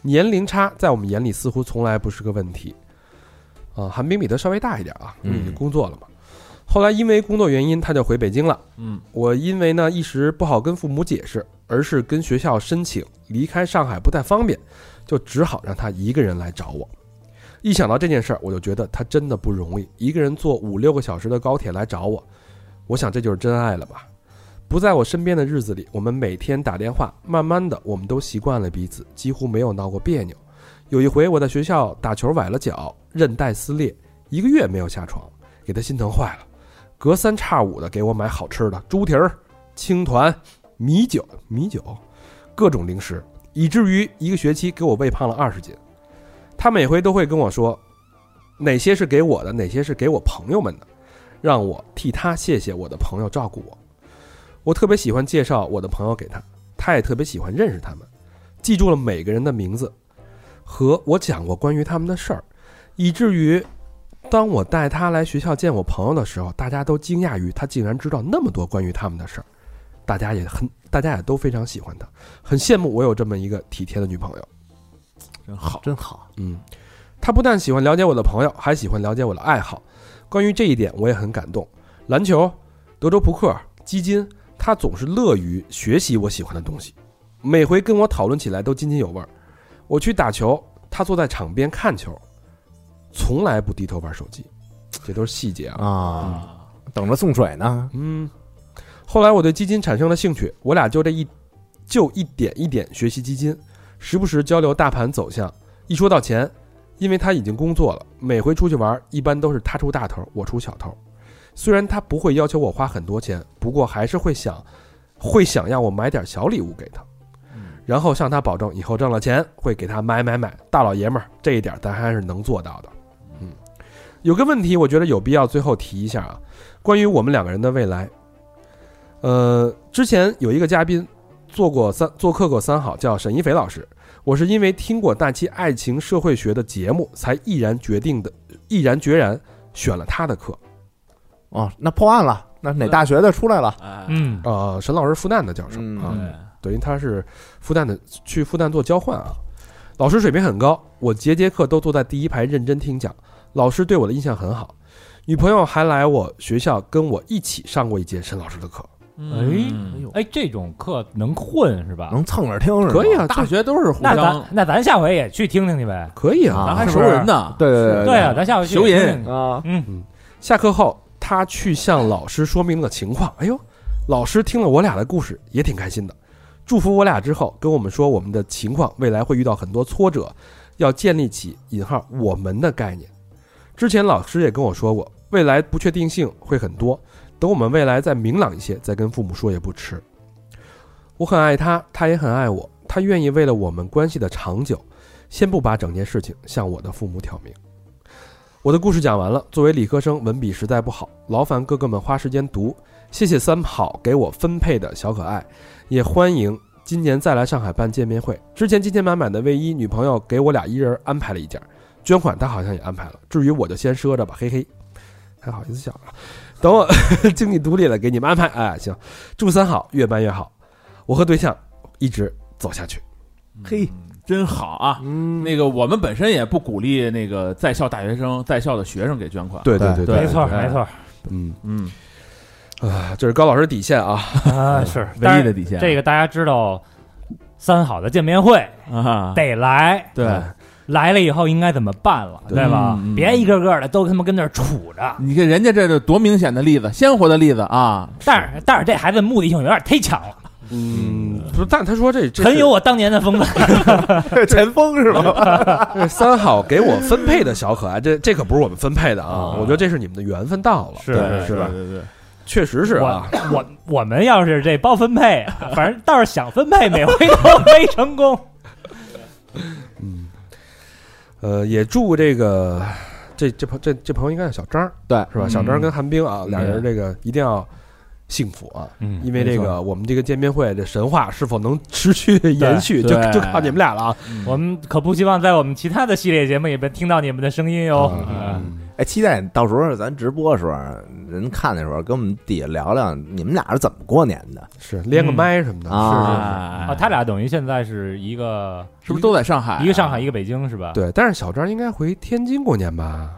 S1: 年龄差在我们眼里似乎从来不是个问题。啊，韩冰比她稍微大一点啊，
S2: 嗯
S1: 已经工作了嘛。后来因为工作原因，她就回北京了。
S3: 嗯，
S1: 我因为呢一时不好跟父母解释，而是跟学校申请离开上海不太方便，就只好让他一个人来找我。一想到这件事儿，我就觉得他真的不容易，一个人坐五六个小时的高铁来找我，我想这就是真爱了吧。不在我身边的日子里，我们每天打电话，慢慢的，我们都习惯了彼此，几乎没有闹过别扭。有一回我在学校打球崴了脚，韧带撕裂，一个月没有下床，给他心疼坏了。隔三差五的给我买好吃的，猪蹄儿、青团、米酒、米酒，各种零食，以至于一个学期给我喂胖了二十斤。他每回都会跟我说，哪些是给我的，哪些是给我朋友们的，让我替他谢谢我的朋友照顾我。我特别喜欢介绍我的朋友给他，他也特别喜欢认识他们，记住了每个人的名字，和我讲过关于他们的事儿，以至于当我带他来学校见我朋友的时候，大家都惊讶于他竟然知道那么多关于他们的事儿，大家也很，大家也都非常喜欢他，很羡慕我有这么一个体贴的女朋友。
S3: 真好，
S2: 真好，
S1: 嗯，他不但喜欢了解我的朋友，还喜欢了解我的爱好。关于这一点，我也很感动。篮球、德州扑克、基金，他总是乐于学习我喜欢的东西，每回跟我讨论起来都津津有味儿。我去打球，他坐在场边看球，从来不低头玩手机。这都是细节啊。
S2: 啊，等着送水呢。
S1: 嗯，后来我对基金产生了兴趣，我俩就这一就一点一点学习基金，时不时交流大盘走向。一说到钱，因为他已经工作了，每回出去玩一般都是他出大头，我出小头。虽然他不会要求我花很多钱，不过还是会想会想让我买点小礼物给他，
S3: 嗯
S1: 然后向他保证以后挣了钱会给他买买买。大老爷们儿这一点咱还是能做到的。嗯，有个问题我觉得有必要最后提一下啊，关于我们两个人的未来。呃，之前有一个嘉宾做过三做客过三好，叫沈一斐老师。我是因为听过那期爱情社会学的节目，才毅然决定的，毅然决然选了他的课。
S2: 哦，那破案了，那哪大学的出来了？
S3: 哎，
S4: 嗯，
S1: 呃，沈老师复旦的教授、
S2: 嗯
S1: 啊，
S3: 对，
S1: 等于他是复旦的，去复旦做交换啊。老师水平很高，我节节课都坐在第一排认真听讲，老师对我的印象很好。女朋友还来我学校跟我一起上过一节沈老师的课，
S3: 嗯
S2: 哎呦，
S4: 哎，这种课能混是吧？
S2: 能蹭着听是吗？
S1: 可以啊，
S3: 大
S1: 这
S3: 学都是互
S4: 那
S3: 相
S4: 咱，那咱下回也去听听去呗。
S1: 可以啊。
S2: 啊
S3: 咱还
S2: 是
S3: 熟
S2: 不是
S3: 人呢，
S2: 对对
S4: 对啊，咱下回去
S3: 熊
S4: 也
S3: 人
S4: 听听
S2: 啊，
S4: 嗯，
S1: 下课后，他去向老师说明了情况。哎呦，老师听了我俩的故事也挺开心的，祝福我俩之后，跟我们说我们的情况未来会遇到很多挫折，要建立起（引号）我们的概念。之前老师也跟我说过，未来不确定性会很多，等我们未来再明朗一些，再跟父母说也不迟。我很爱他，他也很爱我，他愿意为了我们关系的长久，先不把整件事情向我的父母挑明。我的故事讲完了。作为理科生，文笔实在不好，劳烦哥哥们花时间读。谢谢三好给我分配的小可爱，也欢迎今年再来上海办见面会。之前金钱满满的卫衣，女朋友给我俩一人安排了一件，捐款她好像也安排了。至于我就先赊着吧，嘿嘿，还好意思想啊。等我经济独立了，给你们安排。哎，行，祝三好越办越好。我和对象一直走下去。
S2: 嘿
S3: 嗯，真好啊。
S2: 嗯，
S3: 那个我们本身也不鼓励那个在校大学生、在校的学生给捐款。，
S1: 对
S2: 对
S1: 对
S4: 没错
S3: 对
S4: 没 错
S1: 嗯
S3: 嗯，
S1: 啊，这是高老师底线啊。
S4: 啊，是
S3: 唯一的底线。
S4: 这个大家知道，三好的见面会
S3: 个啊，
S4: 得来，
S3: 对，
S4: 来了以后应该怎么办了，
S1: 对
S4: 对吧
S3: 嗯嗯？
S4: 别一个个的都他妈跟那儿杵着。
S3: 你看人家这是多明显的例子，鲜活的例子啊。
S4: 但是但是这孩子目的性有点忒强了，
S1: 嗯，不是，但他说这这
S4: 很
S1: 是
S4: 有我当年的风范。
S2: 前锋是吧？
S1: 这三好给我分配的小可爱，这这可不是我们分配的啊！
S3: 啊
S1: 我觉得这是你们的缘分到了，
S4: 是
S3: 对，
S1: 是吧
S3: 对对对，
S1: 确实是啊。
S4: 我我我们要是这包分配啊，反正倒是想分配，每回都没成功。
S1: 嗯，呃，也祝这个这这朋这这朋友应该叫小张儿
S2: 对，
S1: 是吧？
S3: 嗯
S1: 小张跟韩冰啊，
S3: 嗯
S1: 俩人这个一定要幸福啊！
S4: 嗯，
S1: 因为这
S3: 没
S1: 个我们这个见面会的神话是否能持续延续，就
S3: 对
S1: 就靠你们俩了啊！
S4: 我们可不希望在我们其他的系列节目里边听到你们的声音哟。啊
S3: 嗯
S2: 哎，期待到时候咱直播的时候，啊人看的时候，跟我们底下聊聊你们俩是怎么过年的
S1: 是连个麦什么的，
S3: 嗯
S2: 啊？
S4: 啊，他俩等于现在是一个
S3: 是不是都在上海啊？
S4: 一个上海，一个北京，是吧？。
S1: 对。但是小张应该回天津过年吧？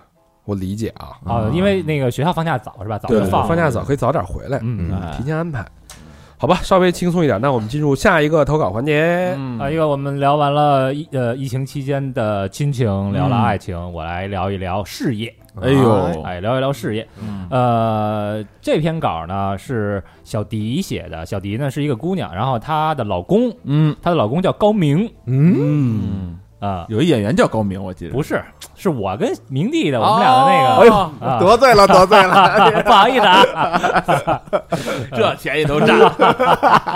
S1: 我理解啊，
S4: 哦，因为那个学校放假早是吧？早就
S1: 对
S4: 放了
S1: 放假早，可以早点回来，
S4: 嗯
S1: 嗯，提前安排。好吧，稍微轻松一点。那我们进入下一个投稿环节。
S3: 嗯
S4: 啊，因为我们聊完了疫呃疫情期间的亲情，聊了
S3: 嗯
S4: 爱情，我来聊一聊事业。
S3: 哎呦，
S4: 哎，聊一聊事业。
S3: 嗯
S4: 呃，这篇稿呢是小迪写的，小迪呢是一个姑娘，然后她的老公，
S3: 嗯
S4: 她的老公叫高明
S2: 嗯，
S1: 嗯，
S3: 嗯，
S4: 啊、
S3: 有一演员叫高明，我记得哦
S4: 不是，是我跟明帝的，我们俩的那
S2: 哎
S4: 个。
S2: 呦，
S4: 啊
S2: 得罪了，得罪 了，
S4: 不好意思啊，
S3: 这便宜都占 了。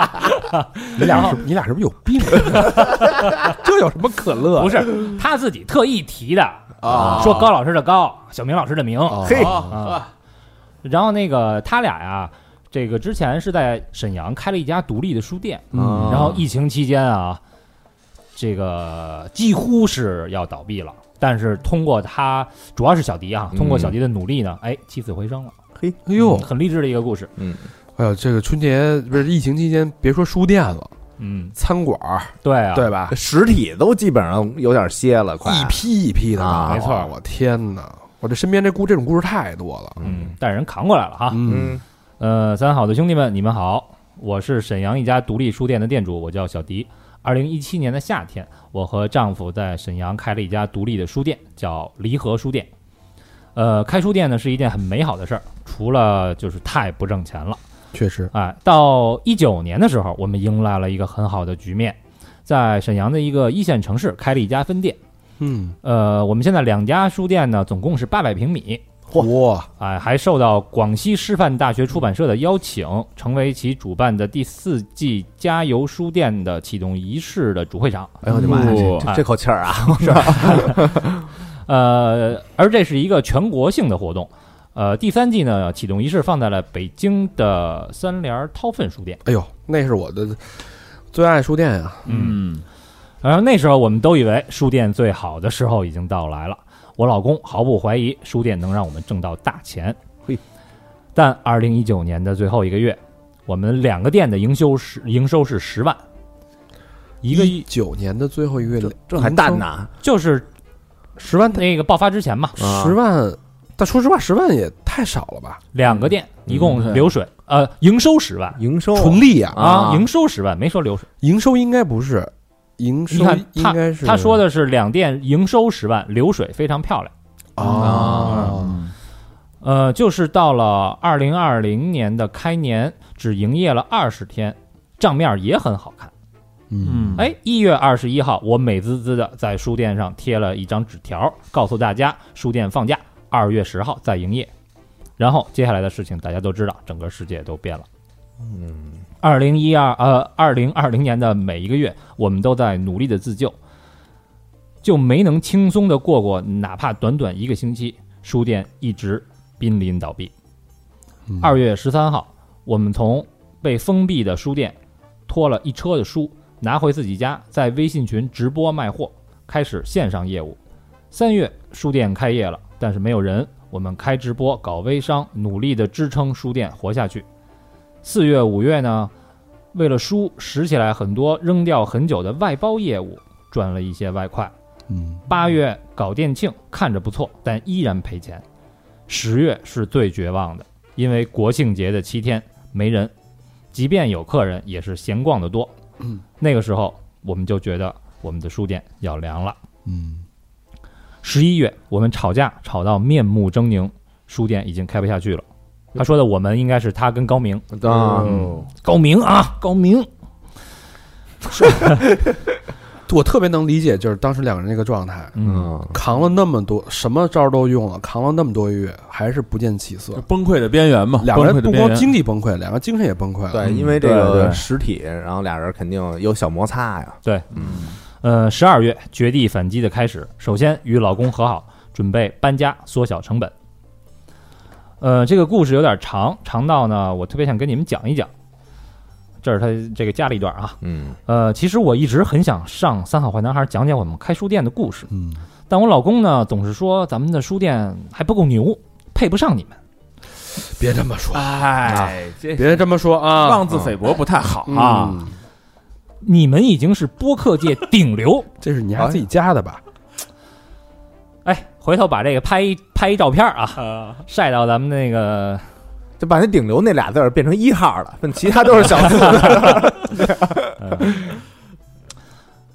S1: 你俩是你俩是不是有病？啊这有什么可乐？
S4: 不是她自己特意提的，
S2: 啊
S4: 说高老师的高，小明老师的明，
S3: 哎
S1: 哎
S2: 嘿，
S4: 啊，然后那个他俩呀、这个之前是在沈阳开了一家独立的书店，
S2: 嗯
S1: 啊
S4: 然后疫情期间啊，这个几乎是要倒闭了。但是通过他，主要是小迪啊，通过小迪的努力呢，哎，起死回生了。
S1: 哎呦，
S4: 很励志的一个故事。
S1: 哎呦，这个春节不是疫情期间，别说书店了，
S4: 嗯，
S1: 餐馆儿
S4: 对啊，
S1: 对吧？
S2: 实体都基本上有点歇了，快
S1: 一批一批的
S2: 啊
S1: 没错。我天哪，我这身边这故这种故事太多了。
S4: 嗯，但是人扛过来了哈。
S1: 嗯，
S2: 嗯
S4: 呃，三好的兄弟们，你们好，我是沈阳一家独立书店的店主，我叫小迪。二零一七年的夏天，我和丈夫在沈阳开了一家独立的书店，叫离合书店。呃，开书店呢是一件很美好的事儿，除了就是太不挣钱了。
S1: 确实，
S4: 哎，到一九年的时候，我们迎来了一个很好的局面，在沈阳的一个一线城市开了一家分店。
S1: 嗯，
S4: 呃，我们现在两家书店呢，总共是八百平米。
S1: 哇，
S4: 哎，还受到广西师范大学出版社的邀请，成为其主办的第四季“加油书店”的启动仪式的主会场。
S2: 哎呦我的妈呀，这
S4: 哎
S2: 这这口气儿啊，
S4: 呃，而这是一个全国性的活动。呃，第三季呢，启动仪式放在了北京的三联儿韬奋书店。
S1: 哎呦，那是我的最爱书店啊呀。
S3: 嗯，
S4: 然后那时候我们都以为书店最好的时候已经到来了。我老公毫不怀疑书店能让我们挣到大钱。
S2: 嘿，
S4: 但二零一九年的最后一个月，我们两个店的营收是营收是十万，一个亿
S1: 九年的最后一个月
S2: 这
S1: 里，
S2: 这还淡呢，
S4: 就是
S1: 十万
S4: 那个爆发之前嘛，
S2: 啊
S1: 十万，但说实话，十万也太少了吧？
S4: 两个店一共
S3: 对
S4: 流水、呃营收十万
S2: 营收
S1: 纯利呀，
S2: 啊
S4: 营收十万，没说流水。
S1: 营收应该不是，营收
S4: 你看
S1: 应
S4: 他
S1: 该是
S4: 他说的是两店营收十万，流水非常漂亮。
S3: 嗯
S1: 啊，
S4: 呃，就是到了二零二零年的开年，只营业了二十天，账面儿也很好看。
S3: 嗯，
S4: 哎，一月二十一号，我美滋滋的在书店上贴了一张纸条，告诉大家书店放假，二月十号再营业。然后接下来的事情大家都知道，整个世界都变了。
S2: 嗯
S4: 二零一二呃，二零二零年的每一个月，我们都在努力的自救，就没能轻松的过过哪怕短短一个星期。书店一直濒临倒闭。
S1: 嗯
S4: 二月十三号，我们从被封闭的书店拖了一车的书，拿回自己家，在微信群直播卖货，开始线上业务。三月书店开业了，但是没有人，我们开直播搞微商，努力的支撑书店活下去。四月、五月呢，为了书拾起来很多扔掉很久的外包业务，赚了一些外快。
S1: 嗯，
S4: 八月搞店庆看着不错，但依然赔钱。十月是最绝望的，因为国庆节的七天没人，即便有客人也是闲逛的多。
S1: 嗯，
S4: 那个时候我们就觉得我们的书店要凉了。
S1: 嗯，
S4: 十一月我们吵架吵到面目狰狞，书店已经开不下去了。他说的我们应该是他跟高明，
S2: 啊，
S1: 嗯
S4: 高明啊，高明，
S1: 我特别能理解，就是当时两个人那个状态，
S4: 嗯，
S2: 嗯
S1: 扛了那么多，什么招儿都用了，扛了那么多个月，还是不见起色
S3: 就。崩溃的边缘嘛，
S1: 两个人不
S3: 崩溃的边
S1: 光
S3: 缘
S1: 经济崩溃，两个精神也崩溃了。
S2: 对，
S3: 嗯
S2: 因为这
S3: 对
S2: 个
S3: 对
S2: 实体，然后俩人肯定有小摩擦呀，
S4: 呃，十二月绝地反击的开始，首先与老公和好，准备搬家，缩小成本。呃，这个故事有点长，长到呢，我特别想跟你们讲一讲。这是他这个加了一段啊，
S2: 嗯
S4: 呃，其实我一直很想上《三好坏男孩》讲讲我们开书店的故事，
S1: 嗯，
S4: 但我老公呢总是说咱们的书店还不够牛，配不上你们。
S1: 别这么说，
S2: 啊
S3: 哎，这
S1: 别这么说啊！
S3: 妄自菲薄不太好啊。
S1: 嗯，
S4: 你们已经是播客界顶流，
S1: 这是你还自己加的吧？
S4: 哎，回头把这个拍一拍一照片啊，晒到咱们那个
S2: 就把那顶流那俩字儿变成一号了，但其他都是小字。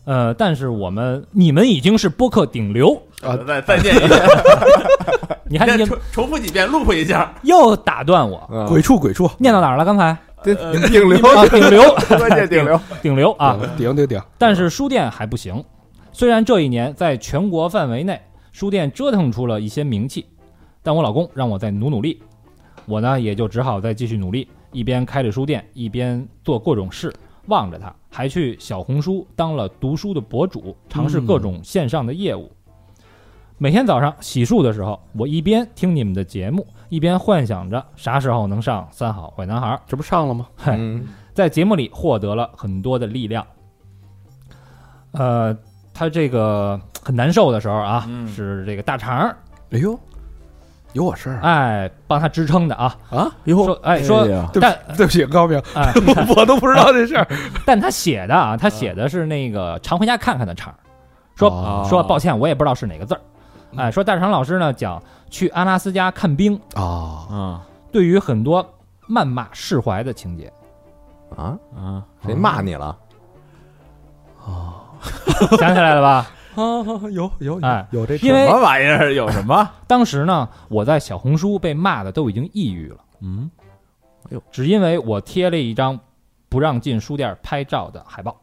S4: 呃，但是我们你们已经是播客顶流，
S1: 啊
S6: 再再念一遍，
S4: 哎你还
S6: 再
S4: 念
S6: 重重复几遍，loop 一下。
S4: 又打断我，
S2: 嗯
S1: 鬼畜鬼畜，
S4: 念到哪儿了？刚才
S2: 这
S6: 呃
S2: 顶流，
S4: 啊，顶流，
S2: 关键 顶流
S4: 顶流啊！
S1: 顶顶顶，
S4: 但是书店还不行，虽然这一年在全国范围内书店折腾出了一些名气，但我老公让我再努努力，我呢也就只好再继续努力，一边开着书店，一边做各种事，望着他，还去小红书当了读书的博主，尝试各种线上的业务。每天早上洗漱的时候，我一边听你们的节目，一边幻想着啥时候能上《三好坏男孩》。
S1: 这不上了吗？
S4: 嗨
S2: 嗯
S4: 在节目里获得了很多的力量。呃，他这个很难受的时候啊，
S3: 嗯
S4: 是这个大肠儿
S1: 哎呦，有我事儿啊
S4: 哎帮他支撑的啊，
S1: 啊！
S4: 说哎说，
S3: 呀
S4: 但
S1: 对不起，高明，
S4: 哎
S1: 我都不知道这事儿。
S4: 但他写的啊，他写的是那个常回家看看的肠儿， 说、
S1: 哦
S4: 说抱歉，我也不知道是哪个字儿。
S1: 嗯
S4: 哎，说大肠老师呢讲去阿拉斯加看冰，
S1: 啊，
S3: 啊
S4: 对于很多谩骂释怀的 情节，
S2: 啊，
S3: 啊，
S2: 谁骂你了？
S4: 想起来了吧？
S1: 啊，有有
S4: 哎
S1: 有有这
S4: 因为
S6: 什么玩意儿？有什么？
S4: 当时呢，我在小红书被骂的都已经抑郁了。
S3: 嗯，
S4: 只因为我贴了一张不让进书店拍照的海报，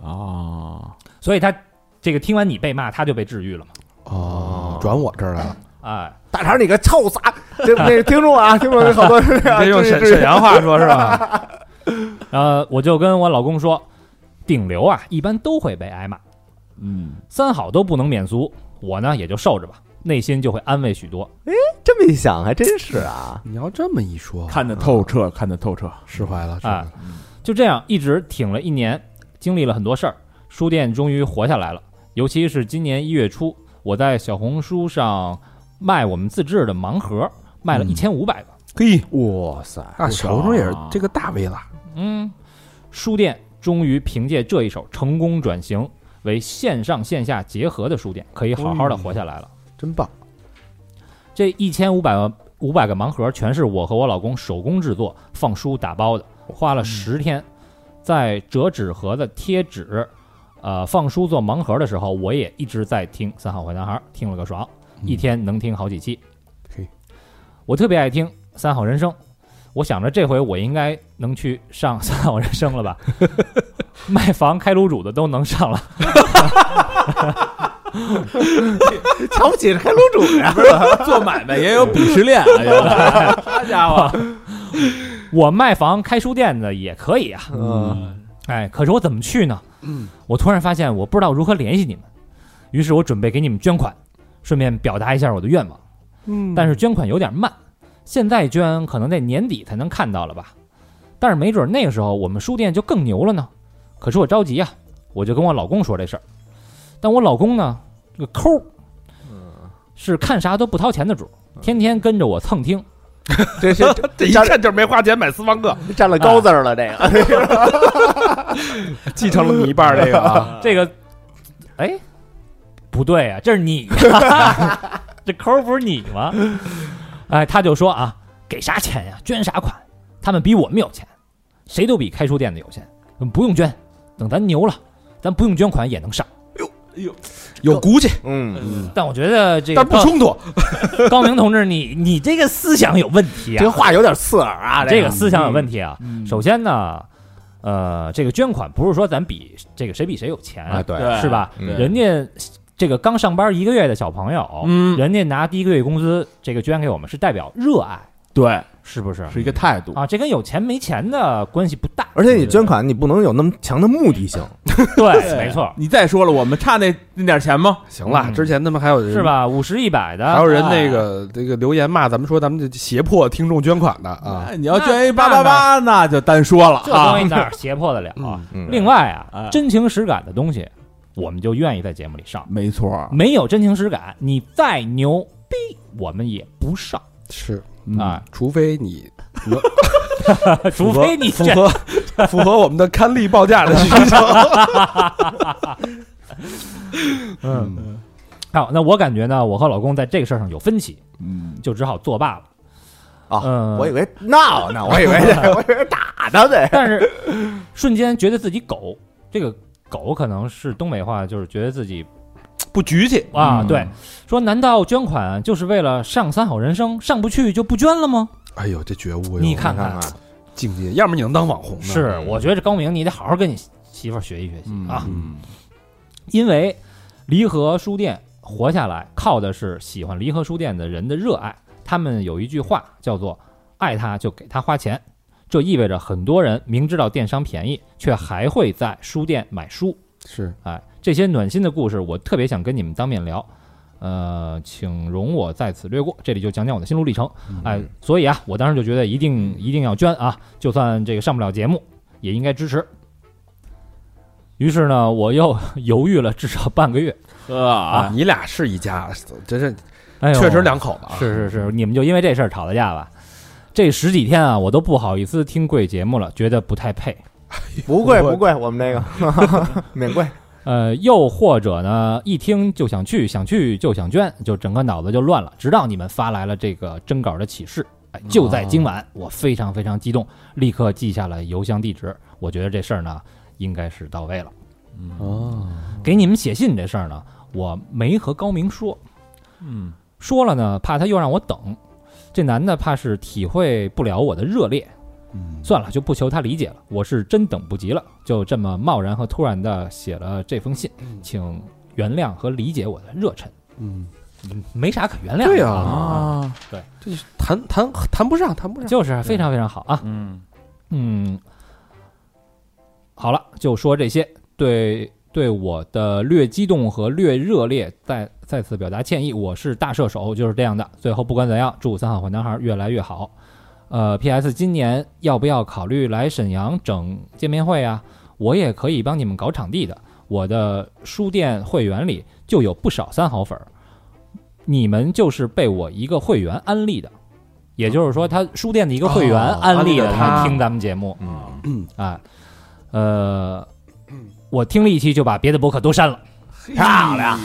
S3: 哦，
S4: 所以他这个听完你被骂，他就被治愈了嘛。
S1: 哦，转我这儿来了，
S4: 哎，
S2: 大肠，你个臭傻！这那个听众啊，听众有好多是 这样
S1: 得用
S2: 就是
S1: 沈沈阳话说是吧？
S4: 然后我就跟我老公说，顶流啊，一般都会被挨骂，
S3: 嗯，
S4: 三好都不能免俗，我呢也就受着吧，内心就会安慰许多。
S2: 这么一想，还真是啊。
S1: 你要这么一说，
S3: 看得透彻，看得透彻，
S1: 释怀了，释怀
S4: 啊
S1: 了。
S4: 就这样一直挺了一年，经历了很多事儿，书店终于活下来了。尤其是今年一月初，我在小红书上卖我们自制的盲盒，卖了一千五百个。
S1: 嘿，
S2: 哇塞，
S1: 那小啊红也是
S4: 啊
S1: 这个大 V 了，
S4: 嗯，书店终于凭借这一手成功转型为线上线下结合的书店，可以好好的活下来了。
S1: 真 棒！
S4: 这一千五百万五百个盲盒全是我和我老公手工制作、放书打包的，花了十天，在折纸盒子贴纸。呃，放书做盲盒的时候，我也一直在听《三好坏男孩》，听了个爽，一天能听好几期。
S1: 嘿
S4: 我特别爱听《三好人生》，我想着这回我应该能去上《三好人生》了吧？卖房、开卤煮的都能上了。
S2: 瞧不起开卤煮呀？
S3: 做买卖也有鄙视链啊，原来 好家伙，
S4: 我卖房、开书店的也可以啊。
S3: 嗯，
S4: 哎，可是我怎么去呢？我突然发现我不知道如何联系你们，于是我准备给你们捐款，顺便表达一下我的愿望。
S1: 嗯
S4: 但是捐款有点慢，现在捐可能得年底才能看到了吧？但是没准那个时候我们书店就更牛了呢。可是我着急呀、我就跟我老公说这事儿，但我老公呢，这个抠儿，是看啥都不掏钱的主儿，天天跟着我蹭听。
S2: 这是
S1: 这一看就是没花钱买私房课，
S2: 占了高字儿了，这个
S1: 继承了你一半这个啊，
S4: 这个，哎，不对啊，这是你、这抠儿不是你吗？哎，他就说啊，给啥钱呀、捐啥款？他们比我们有钱，谁都比开书店的有钱，嗯不用捐，等咱牛了，咱不用捐款也能上。
S1: 有骨气，
S2: 嗯，
S4: 但我觉得这个
S1: 但不冲突。
S4: 高高明同志，你你这个思想有问题
S2: 这
S4: 啊，
S2: 话有点刺耳啊，
S4: 这
S2: 个
S4: 个思想有问题啊。首先呢，呃，这个捐款不是说咱比这个谁比谁有钱
S2: 啊，对，
S6: 对
S4: 是吧？
S2: 嗯
S6: 对
S4: 人家这个刚上班一个月的小朋友，
S3: 嗯
S4: 人家拿第一个月工资这个捐给我们，是代表热爱，
S3: 对，
S4: 是不是？
S3: 是一个态度，
S4: 啊，这跟有钱没钱的关系不大。
S2: 而且你捐款，你不能有那么强的目的性，
S4: 对，没错，
S3: 你再说了，我们差那那点钱吗？
S1: 行了，
S4: 嗯
S1: 之前他们还有人
S4: 是？吧？五十一百的，
S1: 还有人
S4: 哎
S1: 那个这个留言骂咱们说咱们这胁迫听众捐款的啊，
S3: 哎，你要
S4: 那
S3: 捐一八八八，那就单说了
S4: 这
S3: 啊
S4: 东西，哪胁迫得了啊？
S2: 嗯
S4: 另外啊
S3: 哎，
S4: 真情实感的东西，我们就愿意在节目里上。
S3: 没错
S4: 没有真情实感，你再牛逼，我们也不上
S1: 是，
S3: 嗯哎
S4: 啊，
S1: 除非你
S4: 除非你
S1: 符
S4: 这
S1: 合符合我们的 刊例报价的需求。嗯，
S4: 好，那我感觉呢，我和老公在这个事儿上有分歧，
S3: 嗯
S4: 就只好作罢了。
S2: 啊、
S4: 嗯
S2: 我以为闹呢，我以为我以为打他呢。
S4: 但是瞬间觉得自己狗，这个狗可能是东北话，就是觉得自己
S5: 不局气，
S4: 啊，
S3: 嗯
S4: 对，说难道捐款就是为了上三好人生，上不去就不捐了吗？
S1: 哎呦，这觉悟哟
S4: 你看
S2: 看啊
S4: 看，
S1: 境界，要么你能当网红呢。
S4: 是，我觉得这高明，你得好好跟你媳妇儿学习学习
S3: 嗯
S4: 啊，
S3: 嗯
S4: 因为离合书店活下来，靠的是喜欢离合书店的人的热爱。他们有一句话叫做“爱他就给他花钱”，这意味着很多人明知道电商便宜，却还会在书店买书。
S1: 是，
S4: 哎，这些暖心的故事，我特别想跟你们当面聊。呃，请容我在此略过，这里就讲讲我的心路历程。哎，
S1: 嗯
S2: 嗯
S4: 所以啊，我当时就觉得一定一定要捐啊，就算这个上不了节目，也应该支持。于是呢，我又 犹豫了至少半个月。
S6: 啊
S3: 呵，
S1: 啊你俩是一家，真是
S4: 哎呦，
S1: 确实两口子啊。
S4: 是是是，你们就因为这事儿吵了架吧？这十几天啊，我都不好意思听贵节目了，觉得不太配。
S2: 不贵不贵，我们这个免贵。
S4: 呃，又或者呢，一听就想去，想去就想捐，就整个脑子就乱了。直到你们发来了这个征稿的启事，哎，就在今晚，我非常非常激动，立刻记下了邮箱地址。我觉得这事儿呢，应该是到位了。
S6: 嗯
S1: 哦，
S4: 给你们写信这事儿呢，我没和高明说，
S3: 嗯
S4: 说了呢，怕他又让我等。这男的怕是体会不了我的热烈，
S1: 嗯
S4: 算了，就不求他理解了。我是真等不及了，就这么贸然和突然的写了这封信，请原谅和理解我的热忱。
S1: 嗯，
S4: 没啥可原谅的，
S1: 对呀
S3: 啊，
S1: 这是谈谈谈不上，谈不上。
S4: 就是非常非常好啊。
S3: 嗯
S4: 嗯，好了，就说这些。对对，我的略激动和略热烈，再再次表达歉意。我是大射手，就是这样的。最后不管怎样，祝三好坏男孩越来越好。呃，P.S. 今年要不要考虑来沈阳整见面会啊？我也可以帮你们搞场地的。我的书店会员里就有不少三好粉儿，你们就是被我一个会员安利的，也就是说，他书店的一个会员
S1: 哦
S4: 哦安利
S1: 安利
S4: 了
S1: 了他
S4: 听咱们节目，
S2: 嗯，
S4: 啊，呃，我听了一期就把别的博客都删了。
S1: 漂亮！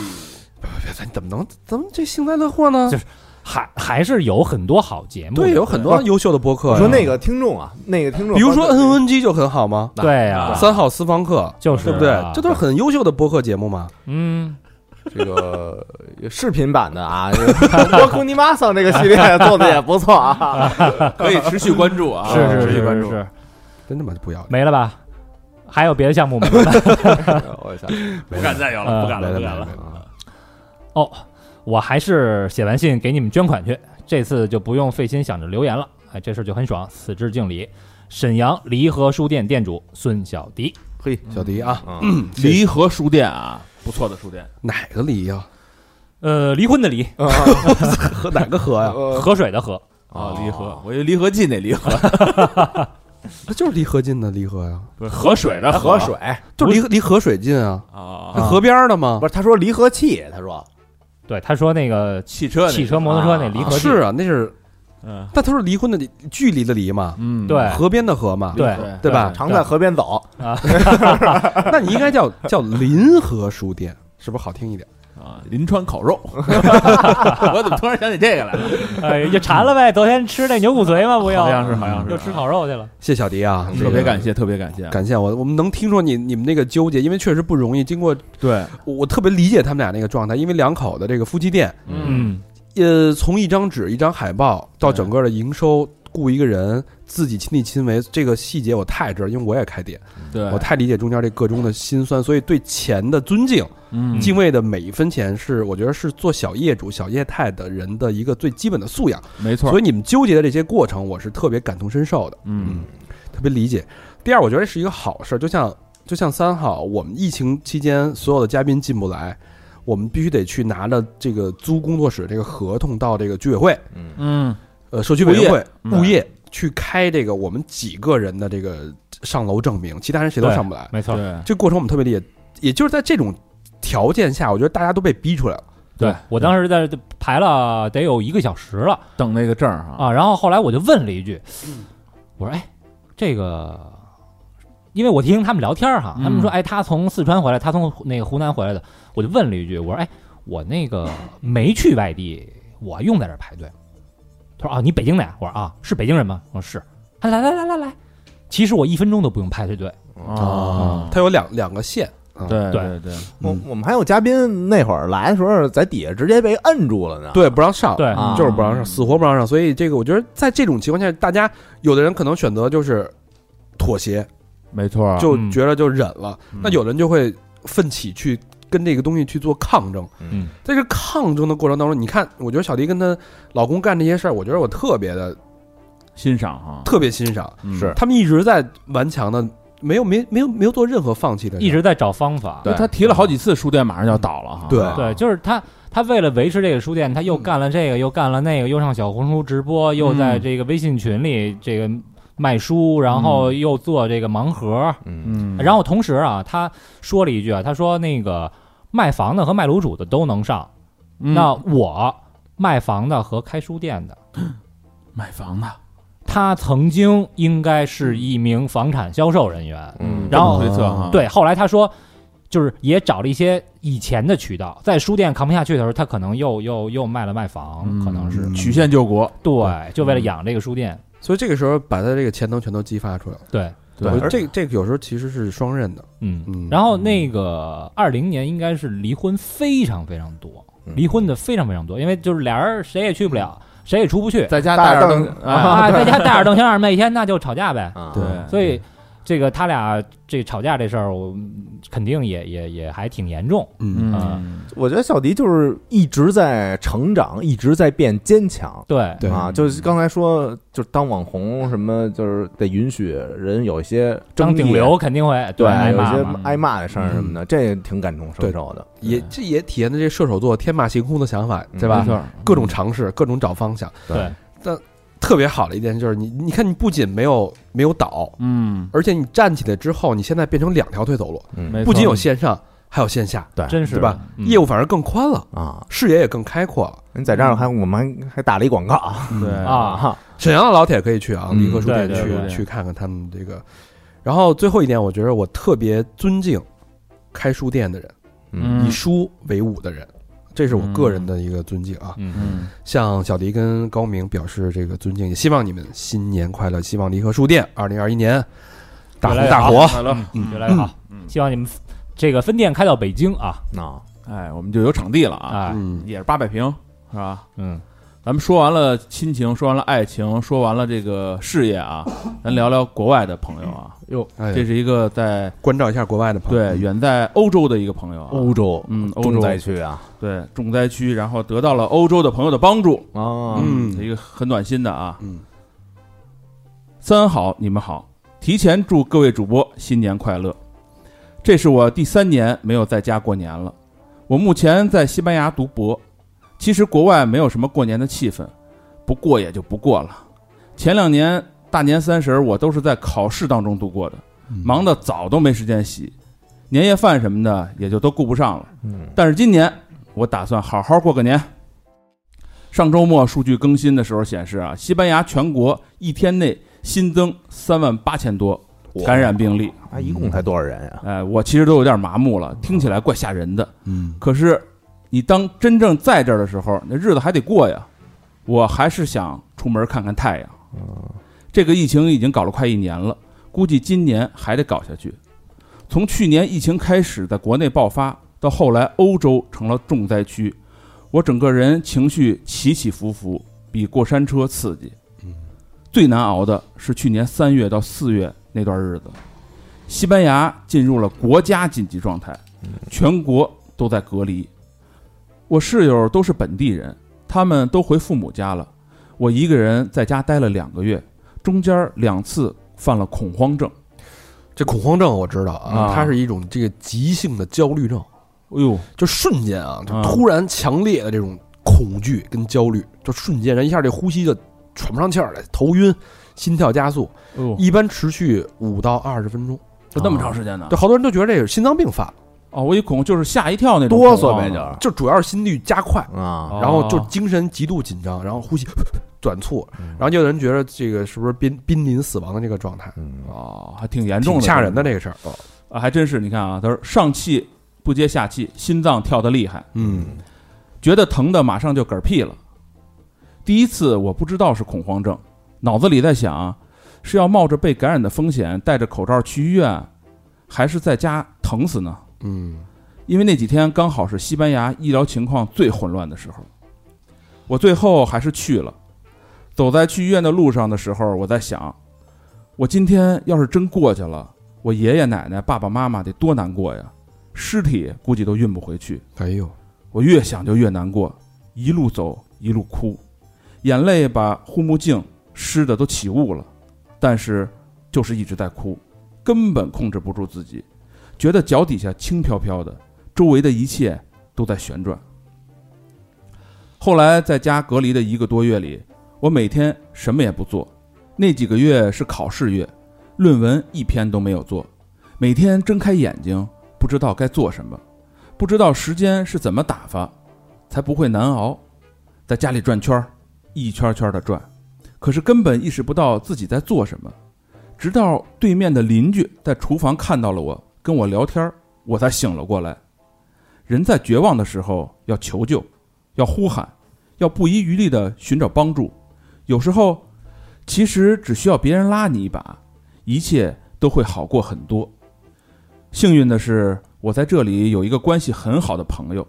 S1: 别别，你哎怎么能怎么这幸灾乐祸呢
S4: 就？还还是有很多好节目的，
S1: 对，有很多优秀的播客
S2: 我
S1: 呀。
S2: 说那个听众啊，那个听众，
S1: 比如说嗯 NNG 就很好吗？
S4: 对啊，
S1: 三号私房课，
S4: 就是
S1: 对不对
S4: 啊？
S1: 这都是很优秀的播客节目嘛。
S4: 嗯，
S2: 这个视频版的啊，我库尼玛桑这个系列做的也不错啊。
S6: 可以持续关注啊。
S4: 是是
S1: 持续
S4: 是
S1: 关
S4: 是
S1: 注
S4: 是，
S1: 真他妈不要脸！
S4: 没了吧？还有别的项目没了 吧？
S2: 哎我操，
S6: 不敢再有了，不敢了，不敢了。
S4: 哦，我还是写完信给你们捐款去，这次就不用费心想着留言了，哎，这事儿就很爽，此致敬礼。沈阳离合书店店主孙小迪，
S2: 嘿，
S1: 小迪啊，
S2: 嗯，
S3: 离合书店啊，不错的书店，
S1: 哪个梨呀？
S4: 呃，离婚的离，
S1: 和哪个和呀？
S2: 呃
S4: 河水的河，
S6: 啊，离合，我以为离合剂那离合，
S1: 那就是离河近的离河呀，
S6: 不是河水的
S2: 河水
S1: 就是离离河水近啊，
S6: 啊，
S1: 那河边儿的吗
S2: 不？是他说离合器，他说
S4: 对，他说那个
S6: 汽车那
S4: 汽车、摩托车那离合器
S1: 是啊，那是，
S6: 嗯
S1: 但他是离婚的离距离的离嘛，
S3: 嗯
S4: 对
S1: 河边的河嘛，
S4: 对
S6: 对
S1: 啊对吧？
S2: 常在河边走，
S1: 那你应 该叫叫临河书店，是不是好听一点？
S6: 啊，临川烤肉，我怎么突然想起这个来了？
S4: 哎，就馋了呗，昨天吃那牛骨髓嘛，不要，
S6: 好像是，好像是，
S4: 又吃烤肉去了。
S1: 谢小迪啊，
S3: 嗯特别感
S1: 谢。
S3: 谢，特别感谢，
S1: 感谢啊我，我们能听出你你们那个纠结，因为确实不容易。经过
S3: 对，
S1: 我我特别理解他们俩那个状态，因为两口的这个夫妻店，
S4: 嗯，
S1: 呃，从一张纸、一张海报到整个的营收，雇一个人自己亲力亲为，这个细节我太知道，因为我也开店，
S3: 对，
S1: 我太理解中间这个中的辛酸，所以对钱的尊敬、
S3: 嗯
S1: 敬畏的每一分钱是，我觉得是做小业主、小业态的人的一个最基本的素养。
S3: 没错
S1: 所，以你们纠结的这些过程，我是特别感同身受的。
S3: 嗯
S1: 特别理解。第二，我觉得是一个好事儿，就像就像三好，我们疫情期间所有的嘉宾进不来，我们必须得去拿着这个租工作室这个合同到这个居委会、
S3: 嗯
S1: 呃社区委员会、
S3: 物业
S1: 物
S3: 嗯
S1: 业去开这个我们几个人的这个上楼证明，其他人谁都上不来。
S4: 没错，
S3: 对，
S1: 这个过程我们特别理解，也就是在这种条件下，我觉得大家都被逼出来了。
S4: 对我当时在排了得有一个小时了
S3: 等那个证儿哈，
S4: 啊，然后后来我就问了一句，我说，哎，这个。因为我听他们聊天儿哈，
S3: 嗯
S4: 他们说，哎，他从四川回来，他从那个湖南回来的，我就问了一句，我说，哎，我那个没去外地，我用在这儿排队，他说啊，你北京的呀？我说啊，是北京人吗？我说是。啊，来来来来来，其实我一分钟都不用排队队，
S3: 啊，嗯
S1: 它有两两个线，嗯
S3: 对
S4: 对
S3: 对，
S2: 我我们还有嘉宾那会儿来的时候，在底下直接被摁住了呢。
S1: 对，不让上，
S4: 对
S2: 啊
S1: 就是不让上，死活不让上。所以这个我觉得在这种情况下，大家有的人可能选择就是妥协，
S3: 没错，
S1: 就
S4: 嗯
S1: 觉得就忍了，
S3: 啊嗯
S1: 那有人就会奋起去跟这个东西去做抗争。
S2: 嗯，
S1: 在这抗争的过程当中，你看，我觉得小迪跟她老公干这些事儿，我觉得我特别的
S3: 欣赏哈，
S1: 特别欣赏，
S3: 嗯
S2: 是
S1: 他们一直在顽强的，没有没没有没有做任何放弃的事儿，
S4: 一直在找方法。
S3: 对他提了好几次，书店马上就要倒了哈。
S1: 对
S4: 对，就是他，他为了维持这个书店，他
S3: 嗯
S4: 又干了这个，又干了那个，又上小红书直播，又在这个微信群里这个卖书，然后又做这个盲盒，
S3: 嗯，
S2: 嗯
S4: 然后同时啊，他说了一句啊，他说那个卖房的和卖卤煮的都能上，
S3: 嗯
S4: 那我卖房的和开书店的，
S3: 买房的，
S4: 他曾经应该
S3: 嗯
S4: 是一名房产销售人
S3: 啊
S4: 员，
S2: 嗯
S4: 然后
S3: 这么推测哈，，
S4: 对，后来他说，就是也找了一些以前的渠道，在书店扛不下去的时候，他可能又又又卖了卖房，
S3: 嗯
S4: 可能是
S3: 曲线救国，
S4: 对，就
S1: 嗯
S4: 为了养这个书店，
S1: 所以这个时候把他这个潜能全都激发出来了。
S4: 对，
S1: 我觉得
S2: 而
S1: 这个这个有时候其实是双刃的，
S4: 嗯。
S1: 嗯，
S4: 然后那个二零年应该是离婚非常非常多，
S1: 嗯
S4: 离婚的非常非常多，因为就是俩人谁也去不了，谁也出不去，
S3: 在家
S2: 大
S3: 带着
S2: 着
S3: 灯
S2: 灯
S3: 啊，
S4: 啊，在家大眼瞪小眼儿每天那就吵架呗，
S2: 啊，
S1: 嗯对
S4: 所以这个他俩这吵架这事儿，我肯定也也也还挺严重。
S1: 嗯，
S3: 嗯，
S2: 我觉得小迪就是一直在成长，一直在变坚强。
S4: 对，
S1: 对
S2: 啊，就是刚才说，就是当网红什么，就是得允许人有一些
S4: 当
S2: 争议
S4: 顶流肯定会
S2: 对，
S4: 挨
S2: 有一
S4: 骂
S2: 些
S4: 嘛
S2: 挨骂的事儿什么的，这也挺感同身受的。
S1: 也这也体现了这射手座天马行空的想法，对吧
S3: 没？错，
S1: 各种尝试，各种找方向。
S4: 对，
S1: 但特别好的一点就是你，你看你不仅没有没有倒，
S3: 嗯，
S1: 而且你站起来之后，你现在变成两条腿走路，
S3: 没错
S2: 嗯，
S1: 不仅有线上，还有线下，
S4: 真是
S1: 对吧？？
S4: 嗯
S1: 业务反而更宽了，
S2: 啊，
S1: 视野也更开阔了。
S2: 你在这儿还我们还还打了一广告啊
S3: 对，
S4: 啊，
S1: 沈阳的老铁可以去啊，
S2: 嗯
S1: 理科书店
S4: 对对对
S1: 去去看看他们这个。然后最后一点，我觉得我特别尊敬开书店的人，
S3: 嗯
S1: 以书为伍的人，这是我个人的一个尊敬啊。
S4: 嗯，
S3: 嗯，
S1: 向小迪跟高明表示这个尊敬，也希望你们新年快乐，希望离合书店二零二一年大红
S4: 越来越
S1: 大
S4: 好嗯
S1: 火。嗯
S3: 快乐，
S4: 越来越好，希望你们这个分店开到北京啊
S2: 啊，
S3: 哎，我们就有场地了啊，
S4: 啊，
S1: 嗯，
S3: 也是八百平，是吧？
S4: 嗯，
S3: 咱们说完了亲情，说完了爱情，说完了这个事业啊，咱聊聊国外的朋友啊。哟，
S1: 哎
S3: 这是一个在
S1: 关照一下国外的朋友。嗯哦
S3: 对远在欧洲的一个朋友啊，
S2: 欧洲，
S3: 嗯，欧洲
S2: 重灾区啊
S3: 对重灾区，然后得到了欧洲的朋友的帮助，
S2: 啊，
S1: 嗯
S3: 一个很暖心的啊。
S1: 嗯，
S3: 三好，你们好，提前祝各位主播新年快乐。这是我第三年没有在家过年了，我目前在西班牙读博。其实国外没有什么过年的气氛，不过也就不过了。前两年大年三十儿我都是在考试当中度过的，嗯忙得早都没时间洗，年夜饭什么的也就都顾不上了。
S2: 嗯
S3: 但是今年我打算好好过个年。上周末数据更新的时候显示啊，西班牙全国一天内新增三万八千多感染病例。
S2: 啊，一共才多少人呀？
S3: 哎，我其实都有点麻木了，听起来怪吓人的。
S1: 嗯，
S3: 可是你当真正在这儿的时候，那日子还得过呀。我还是想出门看看太阳。这个疫情已经搞了快一年了，估计今年还得搞下去。从去年疫情开始在国内爆发，到后来欧洲成了重灾区，我整个人情绪起起伏伏，比过山车刺激。最难熬的是去年三月到四月那段日子，西班牙进入了国家紧急状态，全国都在隔离。我室友都是本地人，他们都回父母家了。我一个人在家待了两个月，中间两次犯了恐慌症。
S1: 这恐慌症我知道啊，
S3: 啊
S1: 它是一种这个急性的焦虑症，
S3: 哎呦，
S1: 就瞬间啊，就
S3: 啊
S1: 突然强烈的这种恐惧跟焦虑，就瞬间人一下这呼吸就喘不上气儿来，头晕，心跳加速，
S3: 哎呦，
S1: 一般持续五到二十分钟。
S3: 就那么长时间呢？
S1: 就好多人都觉得这是心脏病犯了，
S3: 哦，我一恐就是吓一跳那种
S2: 哆
S3: 恐
S2: 嗦
S3: 慌
S2: 呗，
S3: 啊
S2: 就是
S1: 就主要是心率加快，
S2: 啊，
S3: 哦
S1: 然后就精神极度紧张，然后呼吸 短促，然后就有人觉得这个是不是濒濒临死亡的这个状态，
S2: 嗯
S3: 哦，还挺严重
S1: 挺
S3: 的，
S1: 吓人的这个事儿。
S3: 啊，还真是。你看啊，他说上气不接下气，心脏跳得厉害，
S1: 嗯，
S3: 觉得疼的马上就嗝屁了。第一次我不知道是恐慌症，脑子里在想是要冒着被感染的风险戴着口罩去医院，还是在家疼死呢？
S1: 嗯，
S3: 因为那几天刚好是西班牙医疗情况最混乱的时候，我最后还是去了。走在去医院的路上的时候，我在想，我今天要是真过去了，我爷爷奶奶、爸爸妈妈得多难过呀！尸体估计都运不回去。
S1: 哎呦，
S3: 我越想就越难过，一路走一路哭，眼泪把护目镜湿的都起雾了，但是就是一直在哭，根本控制不住自己，觉得脚底下轻飘飘的，周围的一切都在旋转。后来在家隔离的一个多月里，我每天什么也不做，那几个月是考试月，论文一篇都没有做，每天睁开眼睛不知道该做什么。不知道时间是怎么打发，才不会难熬。在家里转圈儿，一圈圈的转，可是根本意识不到自己在做什么。直到对面的邻居在厨房看到了我，跟我聊天儿，我才醒了过来。人在绝望的时候要求救，要呼喊，要不遗余力地寻找帮助。有时候，其实只需要别人拉你一把，一切都会好过很多。幸运的是，我在这里有一个关系很好的朋友，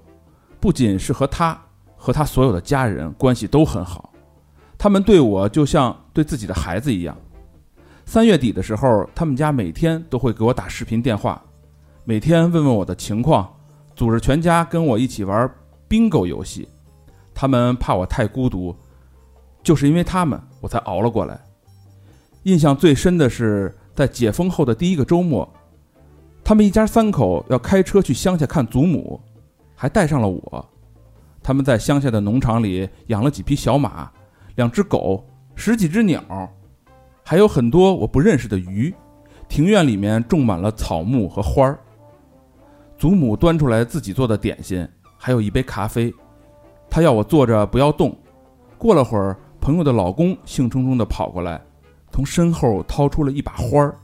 S3: 不仅是和他和他所有的家人关系都很好，他们对我就像对自己的孩子一样。三月底的时候，他们家每天都会给我打视频电话，每天问问我的情况，组织全家跟我一起玩 bingo 游戏。他们怕我太孤独，就是因为他们，我才熬了过来。印象最深的是在解封后的第一个周末，他们一家三口要开车去乡下看祖母，还带上了我。他们在乡下的农场里养了几匹小马、两只狗、十几只鸟，还有很多我不认识的鱼。庭院里面种满了草木和花儿。祖母端出来自己做的点心，还有一杯咖啡。她要我坐着不要动。过了会儿，朋友的老公兴冲冲地跑过来，从身后掏出了一把花儿。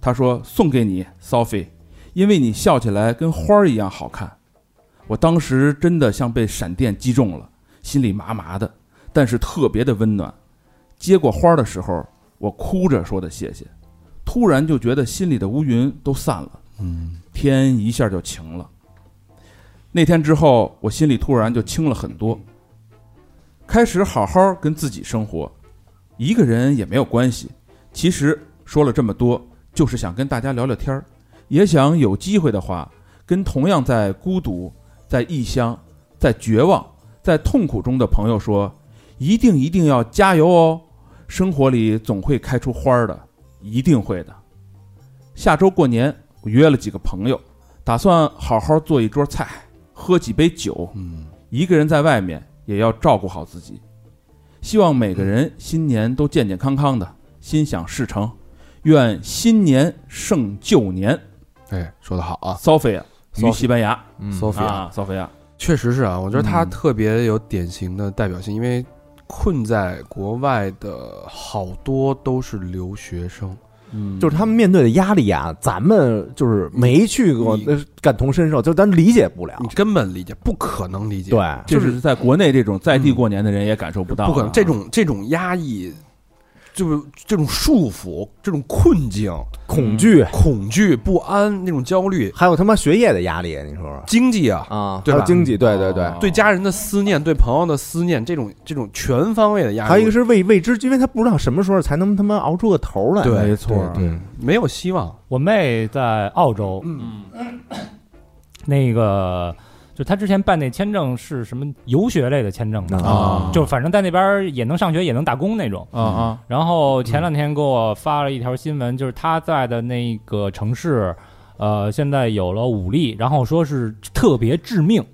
S3: 他说：“送给你，Sophie，因为你笑起来跟花儿一样好看。”我当时真的像被闪电击中了，心里麻麻的，但是特别的温暖。接过花儿的时候，我哭着说的谢谢，突然就觉得心里的乌云都散了，
S1: 嗯，
S3: 天一下就晴了。那天之后，我心里突然就轻了很多，开始好好跟自己生活，一个人也没有关系。其实说了这么多，就是想跟大家聊聊天儿，也想有机会的话，跟同样在孤独、在异乡、在绝望、在痛苦中的朋友说，一定一定要加油哦！生活里总会开出花儿的，一定会的。下周过年，我约了几个朋友，打算好好做一桌菜，喝几杯酒，
S1: 嗯，
S3: 一个人在外面也要照顾好自己。希望每个人新年都健健康康的，心想事成。愿新年胜旧年。
S1: 哎，说的好啊，
S3: 骚菲亚于
S1: Sophia
S3: 西班牙
S2: 嗯
S1: Sophia
S3: 啊，骚菲亚，
S1: 确实是啊，我觉得他
S2: 嗯
S1: 特别有典型的代表性，因为困在国外的好多都是留学生，
S3: 嗯
S2: 就是他们面对的压力啊，咱们就是没去过
S1: 你，
S2: 那是感同身受，就是咱理解不了。
S1: 你根本理解，不可能理解，
S2: 啊对，，
S3: 就
S1: 就是
S3: 是在国内这种在地过年的人也感受不到啊，
S1: 不可能。这种这种压抑，就是这种束缚，这种困境、
S2: 恐惧，
S1: 恐惧、不安那种焦虑，
S2: 还有他妈学业的压力，你说说
S1: 经济啊，
S2: 啊？
S1: 对
S2: 还有
S1: 吧
S2: 经济，对对对，
S3: 哦
S1: 对家人的思念，对朋友的思念，这种这种全方位的压力，
S2: 还有一个是未未知，因为他不知道什么时候才能他妈熬出个头来。
S1: 对
S3: 没错，
S2: 对，
S1: 没有希望，
S4: 我妹在澳洲，
S3: 嗯
S4: 那个就她之前办那签证是什么游学类的签证吧？
S2: 啊
S4: 就反正在那边儿也能上学，也能打工那种。
S3: 啊啊，
S4: 然后前两天给我发了一条新闻，就是他在的那个城市，呃，现在有了五例，然后说是特别致命，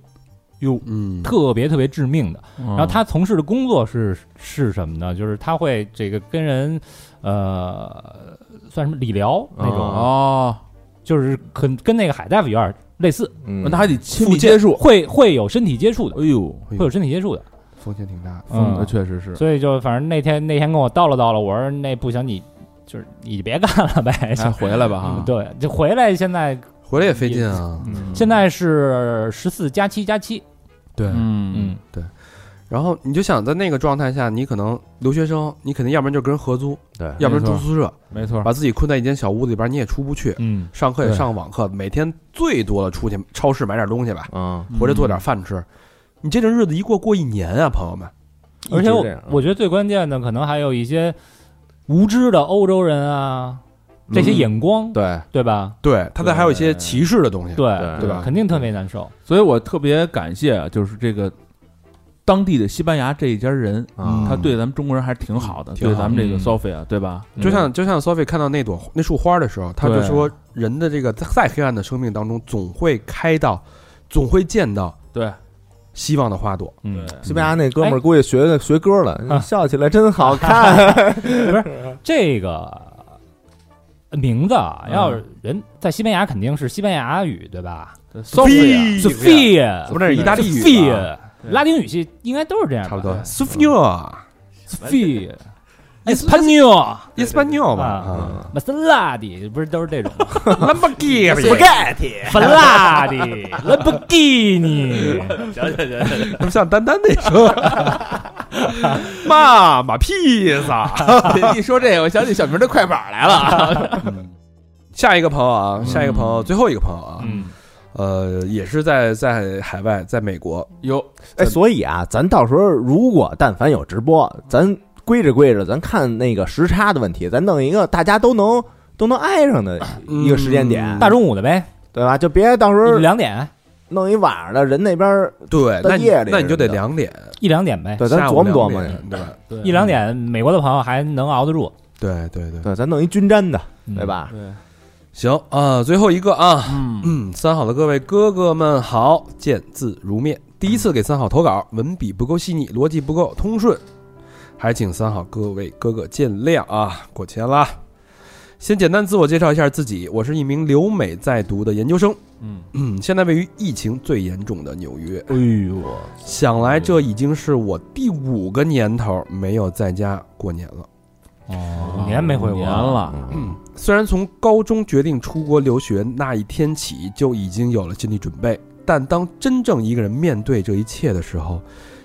S4: 哟，
S1: 嗯，
S4: 特别特别致命的。
S3: 然
S4: 然后他从事的工作是是什么呢？就是他会这个跟人，呃，算什么理疗那种，
S2: 啊
S3: 哦，
S4: 就是很跟那个海大夫有点类似，
S2: 嗯，
S3: 那还得亲
S4: 附
S3: 密
S4: 件
S3: 接触，
S4: 会会有身体接触的，
S3: 哎呦，
S1: 哎
S4: 会有
S1: 呦
S4: 身体接触的。
S1: 风险挺大的，
S4: 嗯
S3: 嗯，确实是，
S4: 所以就反正那天那天跟我叨了叨了，我说那不行，你就是你别干了呗，
S3: 哎，回来吧哈，
S4: 对，就回来现在
S1: 回来也费劲啊。
S3: 嗯
S4: 现在是十四加七加七，
S1: 对
S3: 嗯，
S1: 对，然后你就想在那个状态下，你可能留学生，你肯定要不然就跟人合租，
S2: 对
S1: 要不然
S3: 没
S1: 住
S3: 错
S1: 宿舍，
S3: 没错，
S1: 把自己困在一间小屋子里边，你也出不去，
S4: 嗯，
S1: 上课也
S3: 对
S1: 上网课，每天最多的出去超市买点东西吧，
S2: 嗯，
S1: 回来做点饭吃。你这种日子一过过一年啊，朋友们，
S4: 而且
S2: 一直
S4: 我
S2: 这样
S4: 我觉得最关键的，可能还有一些无知的欧洲人啊，这些眼光，
S2: 对
S4: 对吧？
S1: 对他在还有一些
S3: 对
S1: 歧视的东西，
S4: 对
S2: 对
S1: 对吧
S4: 肯定特别难受。
S3: 嗯所以我特别感谢啊，就是这个当地的西班牙这一家人，啊
S2: 嗯
S3: 他对咱们中国人还是挺好的，
S1: 挺好
S3: 对咱们这个
S4: 嗯
S3: Sophia，对吧？
S1: 就像就像 Sophie 看到那朵那束花的时候，他就
S3: 对
S1: 说，人的这个在再黑暗的生命当中，总会开到，总会见到
S3: 对
S1: 希望的花朵。
S4: 嗯，
S2: 西班牙那哥们儿估计学的学歌了，
S4: 啊
S2: 笑起来真好看。
S4: 这个名字啊，
S3: 嗯
S4: 要是人在西班牙肯定是西班牙语，对吧
S3: 对 Sophia，
S1: Sophia
S4: s o p h i
S6: 哎
S1: 怎
S4: a
S1: 么这是意大利语
S4: s o p h i
S1: 啊
S4: a 拉丁语系应该都是这样，
S1: 差不
S6: 哎
S1: 多。
S4: Sophia。e s p a n o l
S1: Sophia，Espanol 吧，
S4: 啊，玛莎拉蒂不是都是这种吗
S1: 兰博基尼，
S4: 法拉利、兰博基尼，
S1: 怎么像丹丹那 声？妈妈披萨。
S6: 一说这个，我想起小明的快板来了。
S1: 嗯下一个朋友啊，下一个朋友，最后一个朋友啊，
S4: 嗯，
S1: 呃，也是在在海外，在美国，
S3: 有
S2: 哎，所以啊，咱到时候如果但凡有直播，咱规着规着，咱看那个时差的问题，咱弄一个大家都能都能挨上的一个时间点，
S1: 嗯
S4: 大中午的呗，
S2: 对吧？就别到时
S4: 一
S2: 候
S4: 两点，
S2: 弄一晚上的，人那边儿
S1: 对，
S2: 到
S1: 那你
S2: 夜里
S1: 那你就得
S2: 什么的
S1: 两点，
S4: 一两点呗，
S2: 对，咱
S1: 下午
S2: 琢磨琢
S1: 两
S2: 磨
S1: 点
S2: 去。
S1: 对吧？
S4: 一两点，美国的朋友还能熬得住，
S1: 对对对，
S2: 对，咱弄一均沾的，
S4: 嗯
S2: 对？吧？
S3: 对，
S1: 行啊，最后一个啊，
S3: 嗯，
S1: 嗯，三好的各位哥哥们好，见字如面。第一次给三好投稿，文笔不够细腻，逻辑不够通顺，还请三好各位哥哥见谅啊，过谦啦。先简单自我介绍一下自己，我是一名留美在读的研究生，
S3: 嗯，
S1: 嗯，现在位于疫情最严重的纽约。
S4: 哎呦，
S1: 想来这已经是我第五个年头没有在家过年了。
S4: 五年没回
S3: 哦五
S4: 国
S3: 年了，
S1: 嗯， 虽然从高中决定出国留学那一天起就已经有了心理准备，但当真正一个人面对这一切的时候，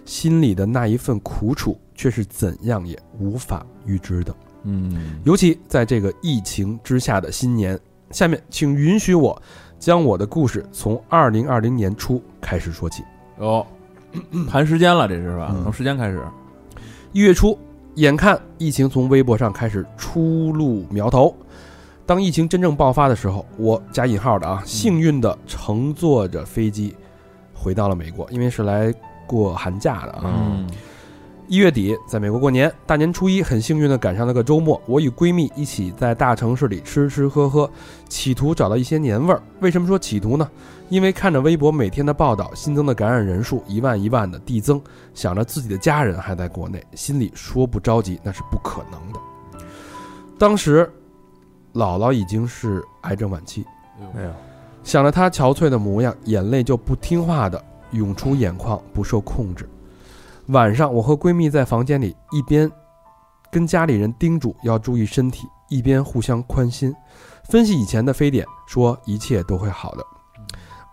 S1: 心里的那一份苦楚却是怎样也无法预知的。
S3: 嗯，
S1: 尤其在这个疫情之下的新年，下面请允许我将我的故事从二零二零年初开始说起。
S3: 有谈哦时间了，这是吧
S1: 嗯？
S3: 从时间开始，
S1: 一月初，眼看疫情从微博上开始初露苗头。当疫情真正爆发的时候，我加引号的啊，幸运的乘坐着飞机回到了美国，因为是来过寒假的啊。
S2: 嗯，
S1: 一月底在美国过年，大年初一很幸运的赶上了个周末，我与闺蜜一起在大城市里吃吃喝喝，企图找到一些年味儿。为什么说企图呢？因为看着微博每天的报道，新增的感染人数一万一万的递增，想着自己的家人还在国内，心里说不着急那是不可能的。当时，姥姥已经是癌症晚期，
S2: 哎呦，
S1: 想着她憔悴的模样，眼泪就不听话的涌出眼眶，不受控制。晚上，我和闺蜜在房间里一边跟家里人叮嘱要注意身体，一边互相宽心，分析以前的非典，说一切都会好的。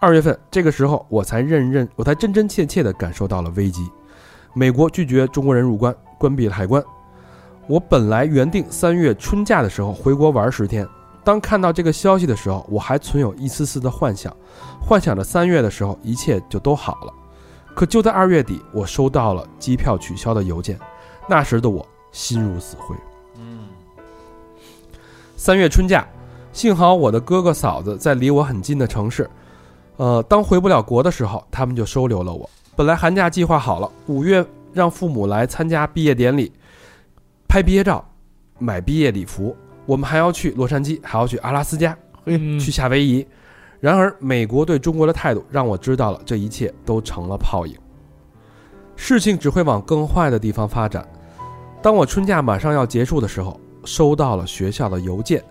S1: 二月份这个时候，我才认认，我才真真切切地感受到了危机。美国拒绝中国人入关，关闭了海关。我本来原定三月春假的时候回国玩十天，当看到这个消息的时候，我还存有一丝丝的幻想，幻想着三月的时候一切就都好了。可就在二月底，我收到了机票取消的邮件，那时的我心如死灰。
S3: 嗯，
S1: 三月春假，幸好我的哥哥嫂子在离我很近的城市。呃，当回不了国的时候，他们就收留了我。本来寒假计划好了，五月让父母来参加毕业典礼，拍毕业照，买毕业礼服。我们还要去洛杉矶，还要去阿拉斯加，
S4: 嗯
S1: 去夏威夷。然而，美国对中国的态度让我知道了这一切都成了泡影，事情只会往更坏的地方发展。当我春假马上要结束的时候，收到了学校的邮件，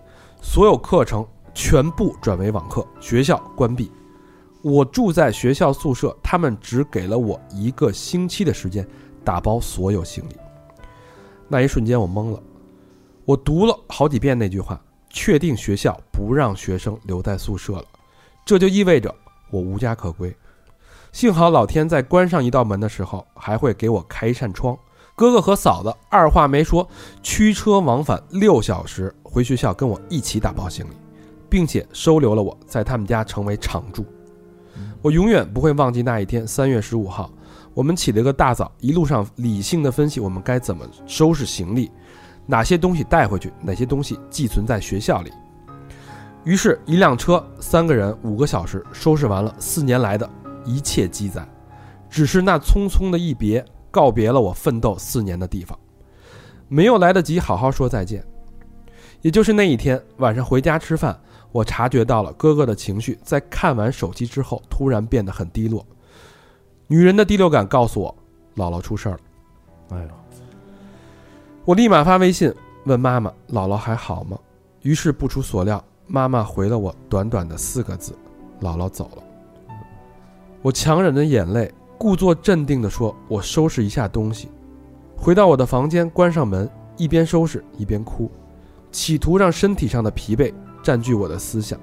S1: 所有课程全部转为网课，学校关闭。我住在学校宿舍，他们只给了我一个星期的时间打包所有行李。那一瞬间，我懵了。我读了好几遍那句话，确定学校不让学生留在宿舍了，这就意味着我无家可归。幸好老天在关上一道门的时候，还会给我开一扇窗。哥哥和嫂子二话没说，驱车往返六小时回学校，跟我一起打包行李，并且收留了我在他们家成为常住。我永远不会忘记那一天，三月十五号，我们起了个大早，一路上理性的分析我们该怎么收拾行李，哪些东西带回去，哪些东西寄存在学校里。于是，一辆车，三个人，五个小时，收拾完了四年来的一切积攒，只是那匆匆的一别，告别了我奋斗四年的地方，没有来得及好好说再见。也就是那一天晚上回家吃饭，我察觉到了哥哥的情绪在看完手机之后突然变得很低落。女人的第六感告诉我，姥姥出事儿了。
S2: 哎呦，
S1: 我立马发微信问妈妈：“姥姥还好吗？”于是不出所料，妈妈回了我短短的四个字：“姥姥走了。”我强忍着眼泪，故作镇定地说：“我收拾一下东西。”回到我的房间，关上门，一边收拾一边哭，企图让身体上的疲惫占据我的思想，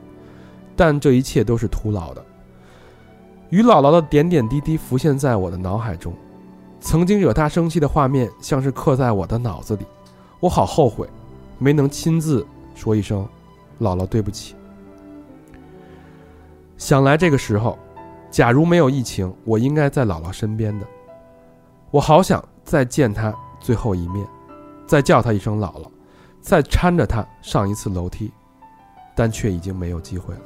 S1: 但这一切都是徒劳的。与姥姥的点点滴滴浮现在我的脑海中。曾经惹他生气的画面，像是刻在我的脑子里。我好后悔，没能亲自说一声“姥姥，对不起”。想来这个时候，假如没有疫情，我应该在姥姥身边的。我好想再见她最后一面，再叫她一声姥姥，再搀着她上一次楼梯，但却已经没有机会了。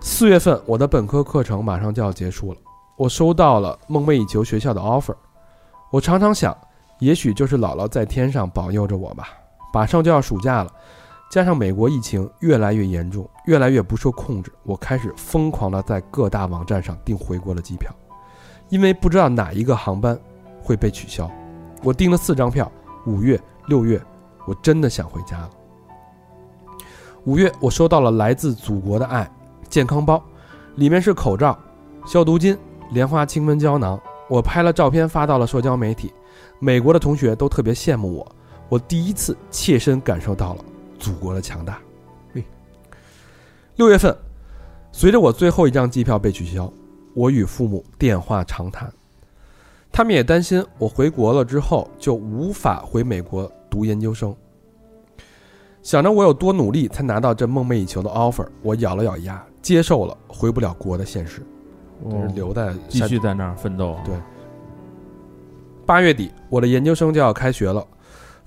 S1: 四月份，我的本科课程马上就要结束了。我收到了梦寐以求学校的 offer。我常常想，也许就是姥姥在天上保佑着我吧。马上就要暑假了，加上美国疫情越来越严重，越来越不受控制，我开始疯狂的在各大网站上订回国的机票，因为不知道哪一个航班会被取消。我订了四张票，五月、六月，我真的想回家了。五月，我收到了来自祖国的爱健康包，里面是口罩、消毒巾、莲花清瘟胶囊。我拍了照片发到了社交媒体，美国的同学都特别羡慕我。我第一次切身感受到了祖国的强大。六月份，随着我最后一张机票被取消，我与父母电话长谈，他们也担心我回国了之后就无法回美国读研究生。想着我有多努力才拿到这梦寐以求的 offer，我咬了咬牙，接受了回不了国的现实。就是留在
S3: 嗯哦继
S1: 山
S3: 续在那儿奋斗。啊
S1: 对八月底，我的研究生就要开学了，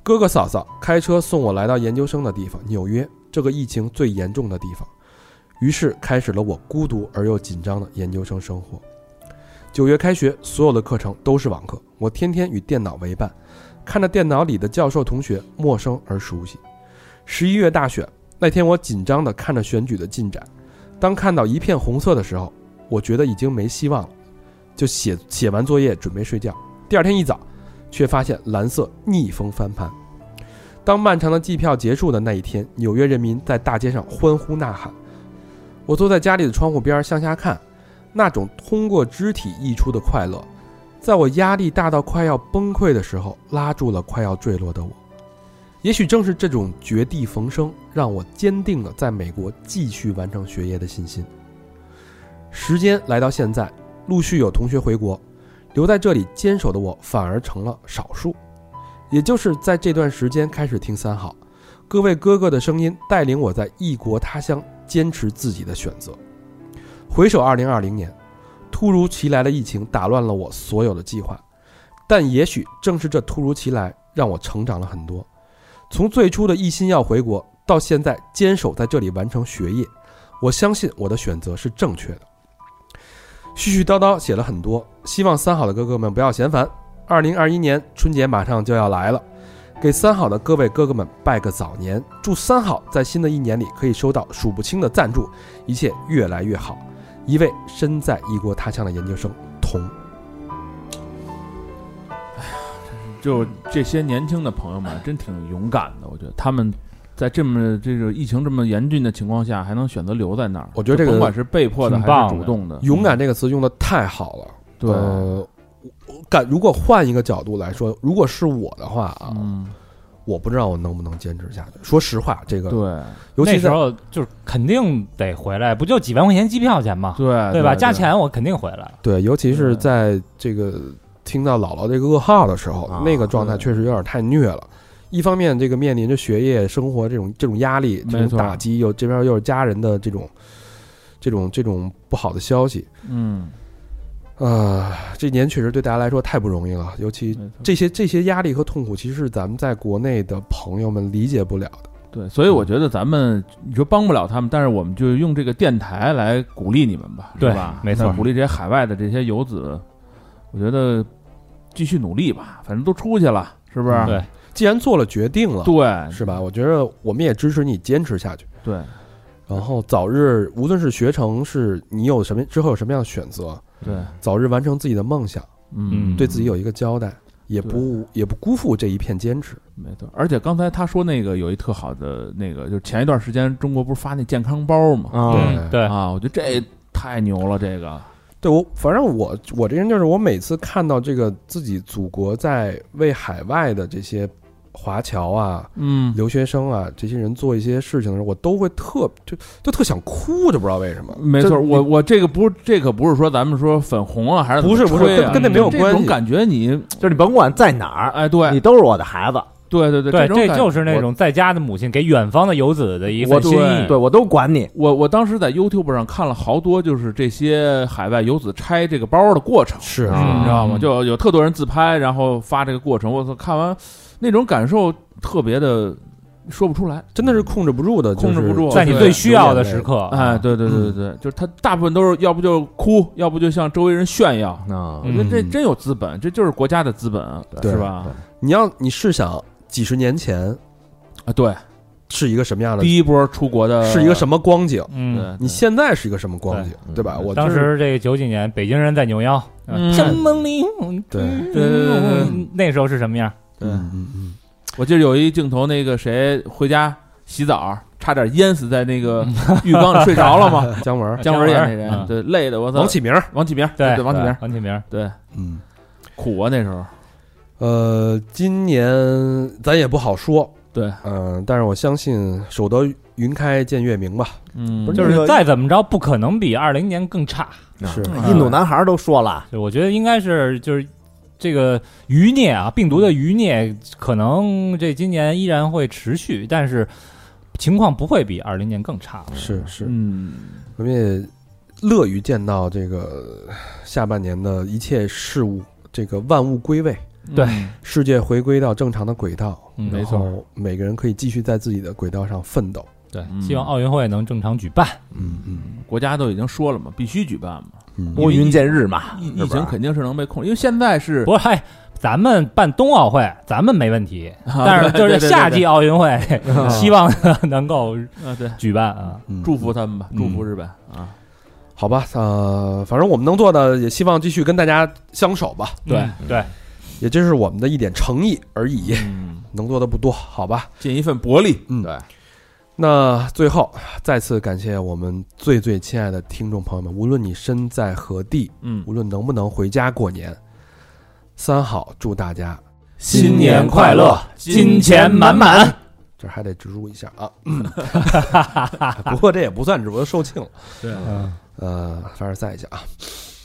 S1: 哥哥嫂嫂开车送我来到研究生的地方——纽约，这个疫情最严重的地方。于是开始了我孤独而又紧张的研究生生活。九月开学，所有的课程都是网课，我天天与电脑为伴，看着电脑里的教授同学陌生而熟悉。十一月大选那天，我紧张地看着选举的进展，当看到一片红色的时候，我觉得已经没希望了，就写写完作业准备睡觉。第二天一早，却发现蓝色逆风翻盘。当漫长的计票结束的那一天，纽约人民在大街上欢呼呐喊。我坐在家里的窗户边向下看，那种通过肢体溢出的快乐，在我压力大到快要崩溃的时候，拉住了快要坠落的我。也许正是这种绝地逢生，让我坚定了在美国继续完成学业的信心。时间来到现在，陆续有同学回国，留在这里坚守的我反而成了少数。也就是在这段时间开始听三好，各位哥哥的声音带领我在异国他乡坚持自己的选择。回首2020年，突如其来的疫情打乱了我所有的计划，但也许正是这突如其来让我成长了很多。从最初的一心要回国，到现在坚守在这里完成学业，我相信我的选择是正确的。絮絮叨叨写了很多，希望三好的哥哥们不要嫌烦。二零二一年春节马上就要来了，给三好的各位哥哥们拜个早年，祝三好在新的一年里可以收到数不清的赞助，一切越来越好。一位身在异国他乡的研究生童，
S3: 就这些年轻的朋友们真挺勇敢的，我觉得他们在这么这个疫情这么严峻的情况下，还能选择留在那儿，
S1: 我觉得这
S3: 就
S1: 个
S3: 甭管是被迫的
S4: 挺棒
S3: 还
S4: 的
S3: 是主动的，
S1: 勇敢这个词用的太好了。
S3: 对，
S1: 呃，我我感如果换一个角度来说，如果是我的话啊，
S3: 嗯，
S1: 我不知道我能不能坚持下去。说实话，这个
S3: 对
S1: 尤
S4: 那
S1: 其
S4: 时
S1: 是
S4: 候就是肯定得回来，不就几万块钱机票钱吗？
S3: 对啊
S4: 对吧？加钱我肯定回来。
S1: 对，尤其
S3: 嗯
S1: 是在这个听到姥姥这个噩耗的时候，
S2: 啊
S1: 那个状态
S3: 对
S1: 确实有点太虐了。一方面，这个面临着学业、生活这种这种压力、这
S3: 没
S1: 种
S3: 错
S1: 打击，又这边又是家人的这种、这种、这种不好的消息，
S3: 嗯，
S1: 呃，这年确实对大家来说太不容易了。尤其
S3: 没错
S1: 这些这些压力和痛苦，其实是咱们在国内的朋友们理解不了的。
S3: 对，所以
S1: 嗯
S3: 我觉得咱们你说帮不了他们，但是我们就用这个电台来鼓励你们吧，
S4: 对
S3: 是吧？
S4: 没错
S3: 那鼓励这些海外的这些游子，我觉得继续努力吧，反正都出去了，是不是？
S4: 对
S1: 既然做了决定了，
S3: 对
S1: 是吧？我觉得我们也支持你坚持下去。
S3: 对
S1: 然后早日，无论是学成，是你有什么之后有什么样的选择，
S3: 对，
S1: 早日完成自己的梦想，
S3: 嗯，
S1: 对自己有一个交代，也不也不辜负这一片坚持。
S3: 没错。而且刚才他说那个有一特好的那个，就是前一段时间中国不是发那健康包嘛？
S1: 啊
S4: 嗯对，
S3: 啊，我觉得这太牛了，这个
S1: 对我，反正我我这人就是，我每次看到这个自己祖国在为海外的这些华侨啊、
S3: 嗯
S1: 留学生啊这些人做一些事情的时候，我都会特就就特想哭，就不知道为什么。
S3: 没错，
S1: 这
S3: 我我这个不是这可不是说咱们说粉红啊，还是怎么
S1: 不是不是
S3: 吹啊
S1: 跟跟那没有关系
S3: 这种感觉你
S2: 就是你甭管在哪儿，
S3: 哎
S2: 你
S3: 对
S2: 都是我的孩子，
S3: 对对对
S4: 对，
S3: 这种
S4: 这
S3: 感
S4: 就是那
S3: 我
S4: 种在家的母亲给远方的游子的一
S2: 我
S4: 份心意。
S2: 对我都管你。
S3: 我我当时在 YouTube 上看了好多，就是这些海外游子拆这个包的过程，
S1: 是
S4: 啊
S3: 你知道吗？
S4: 嗯
S3: 就有特多人自拍，然后发这个过程。我操，看完那种感受特别的说不出来。
S1: 真的是控制不住的，
S3: 控制不住
S1: 就是
S4: 在你最需要的时刻，
S3: 哎，对对对对对，就是他大部分都是要不就哭，要不就向周围人炫耀。
S2: 啊
S3: 我觉得这
S1: 嗯
S3: 真有资本，这就是国家的资本，
S1: 对
S3: 是吧？
S1: 你要你试想几十年前
S3: 啊，对，
S1: 是一个什么样的，
S3: 第一波出国的
S1: 是一个什么光景，
S3: 对？
S4: 嗯，
S3: 对
S1: 你现在是一个什么光景，
S2: 对
S1: 对吧？
S2: 嗯
S1: 我
S4: 当
S1: 就是
S4: 时这个九几年，北京人在扭腰，
S3: 嗯
S4: 像梦里，
S1: 对，
S4: 对
S3: 对对对对，
S4: 那时候是什么样？
S3: 对
S1: 嗯嗯嗯，
S3: 我记得有一镜头，那个谁回家洗澡，差点淹死在那个浴缸 里，睡着了嘛。
S1: 姜文儿、
S3: 姜文演那人，
S4: 嗯
S3: 对，累的我操。
S1: 王启明儿，
S3: 王启明，
S4: 对，
S3: 王启明，
S4: 王启明，
S3: 对，
S1: 嗯，
S3: 苦啊那时候，
S1: 呃，今年咱也不好说，
S3: 对，
S1: 嗯、但是我相信守得云开见月明吧，
S3: 嗯
S1: 不
S3: 就是是
S4: 就是
S2: 那个
S4: 再怎么着，不可能比二零年更差。
S1: 是
S2: 啊印度男孩都说了，
S4: 对，我觉得应该是就是这个余孽啊，病毒的余孽，可能这今年依然会持续，但是情况不会比二零年更差了。
S1: 是是，
S3: 嗯，
S1: 我们也乐于见到这个下半年的一切事物，这个万物归位，
S4: 对
S3: 嗯
S1: 世界回归到正常的轨道，
S4: 嗯
S3: 没
S1: 然
S3: 错
S1: 后每个人可以继续在自己的轨道上奋斗，
S4: 对，
S3: 嗯
S4: 希望奥运会能正常举办。
S1: 嗯嗯
S3: 国家都已经说了嘛，必须举办嘛，
S1: 嗯
S2: 拨云见日嘛，
S3: 疫
S2: 是
S3: 疫
S2: 不是
S3: 情肯定是能被控制，因为现在是
S4: 嗯不，过，哎，咱们办冬奥会，咱们没问题，
S3: 啊
S4: 但是
S3: 对
S4: 就
S3: 对
S4: 是
S3: 对啊
S4: 夏季奥运会，希望能够
S3: 对啊，对，
S4: 举办啊。
S1: 嗯
S3: 祝福他们吧，
S4: 嗯
S3: 祝福日本啊，
S1: 好吧，呃，反正我们能做的，也希望继续跟大家相守吧，
S4: 对对，
S1: 也真是我们的一点诚意而已，
S3: 嗯，
S1: 能做的不多，好吧。
S3: 尽一份薄力，
S1: 嗯，对。那最后再次感谢我们最最亲爱的听众朋友们，无论你身在何地，
S3: 嗯，
S1: 无论能不能回家过年，三好祝大家，
S4: 新年快乐，金钱满满。
S1: 这还得植入一下啊。 嗯不过这也不算植入，售罄了。
S3: 对，
S4: 嗯
S1: 呃，凡尔赛一下啊，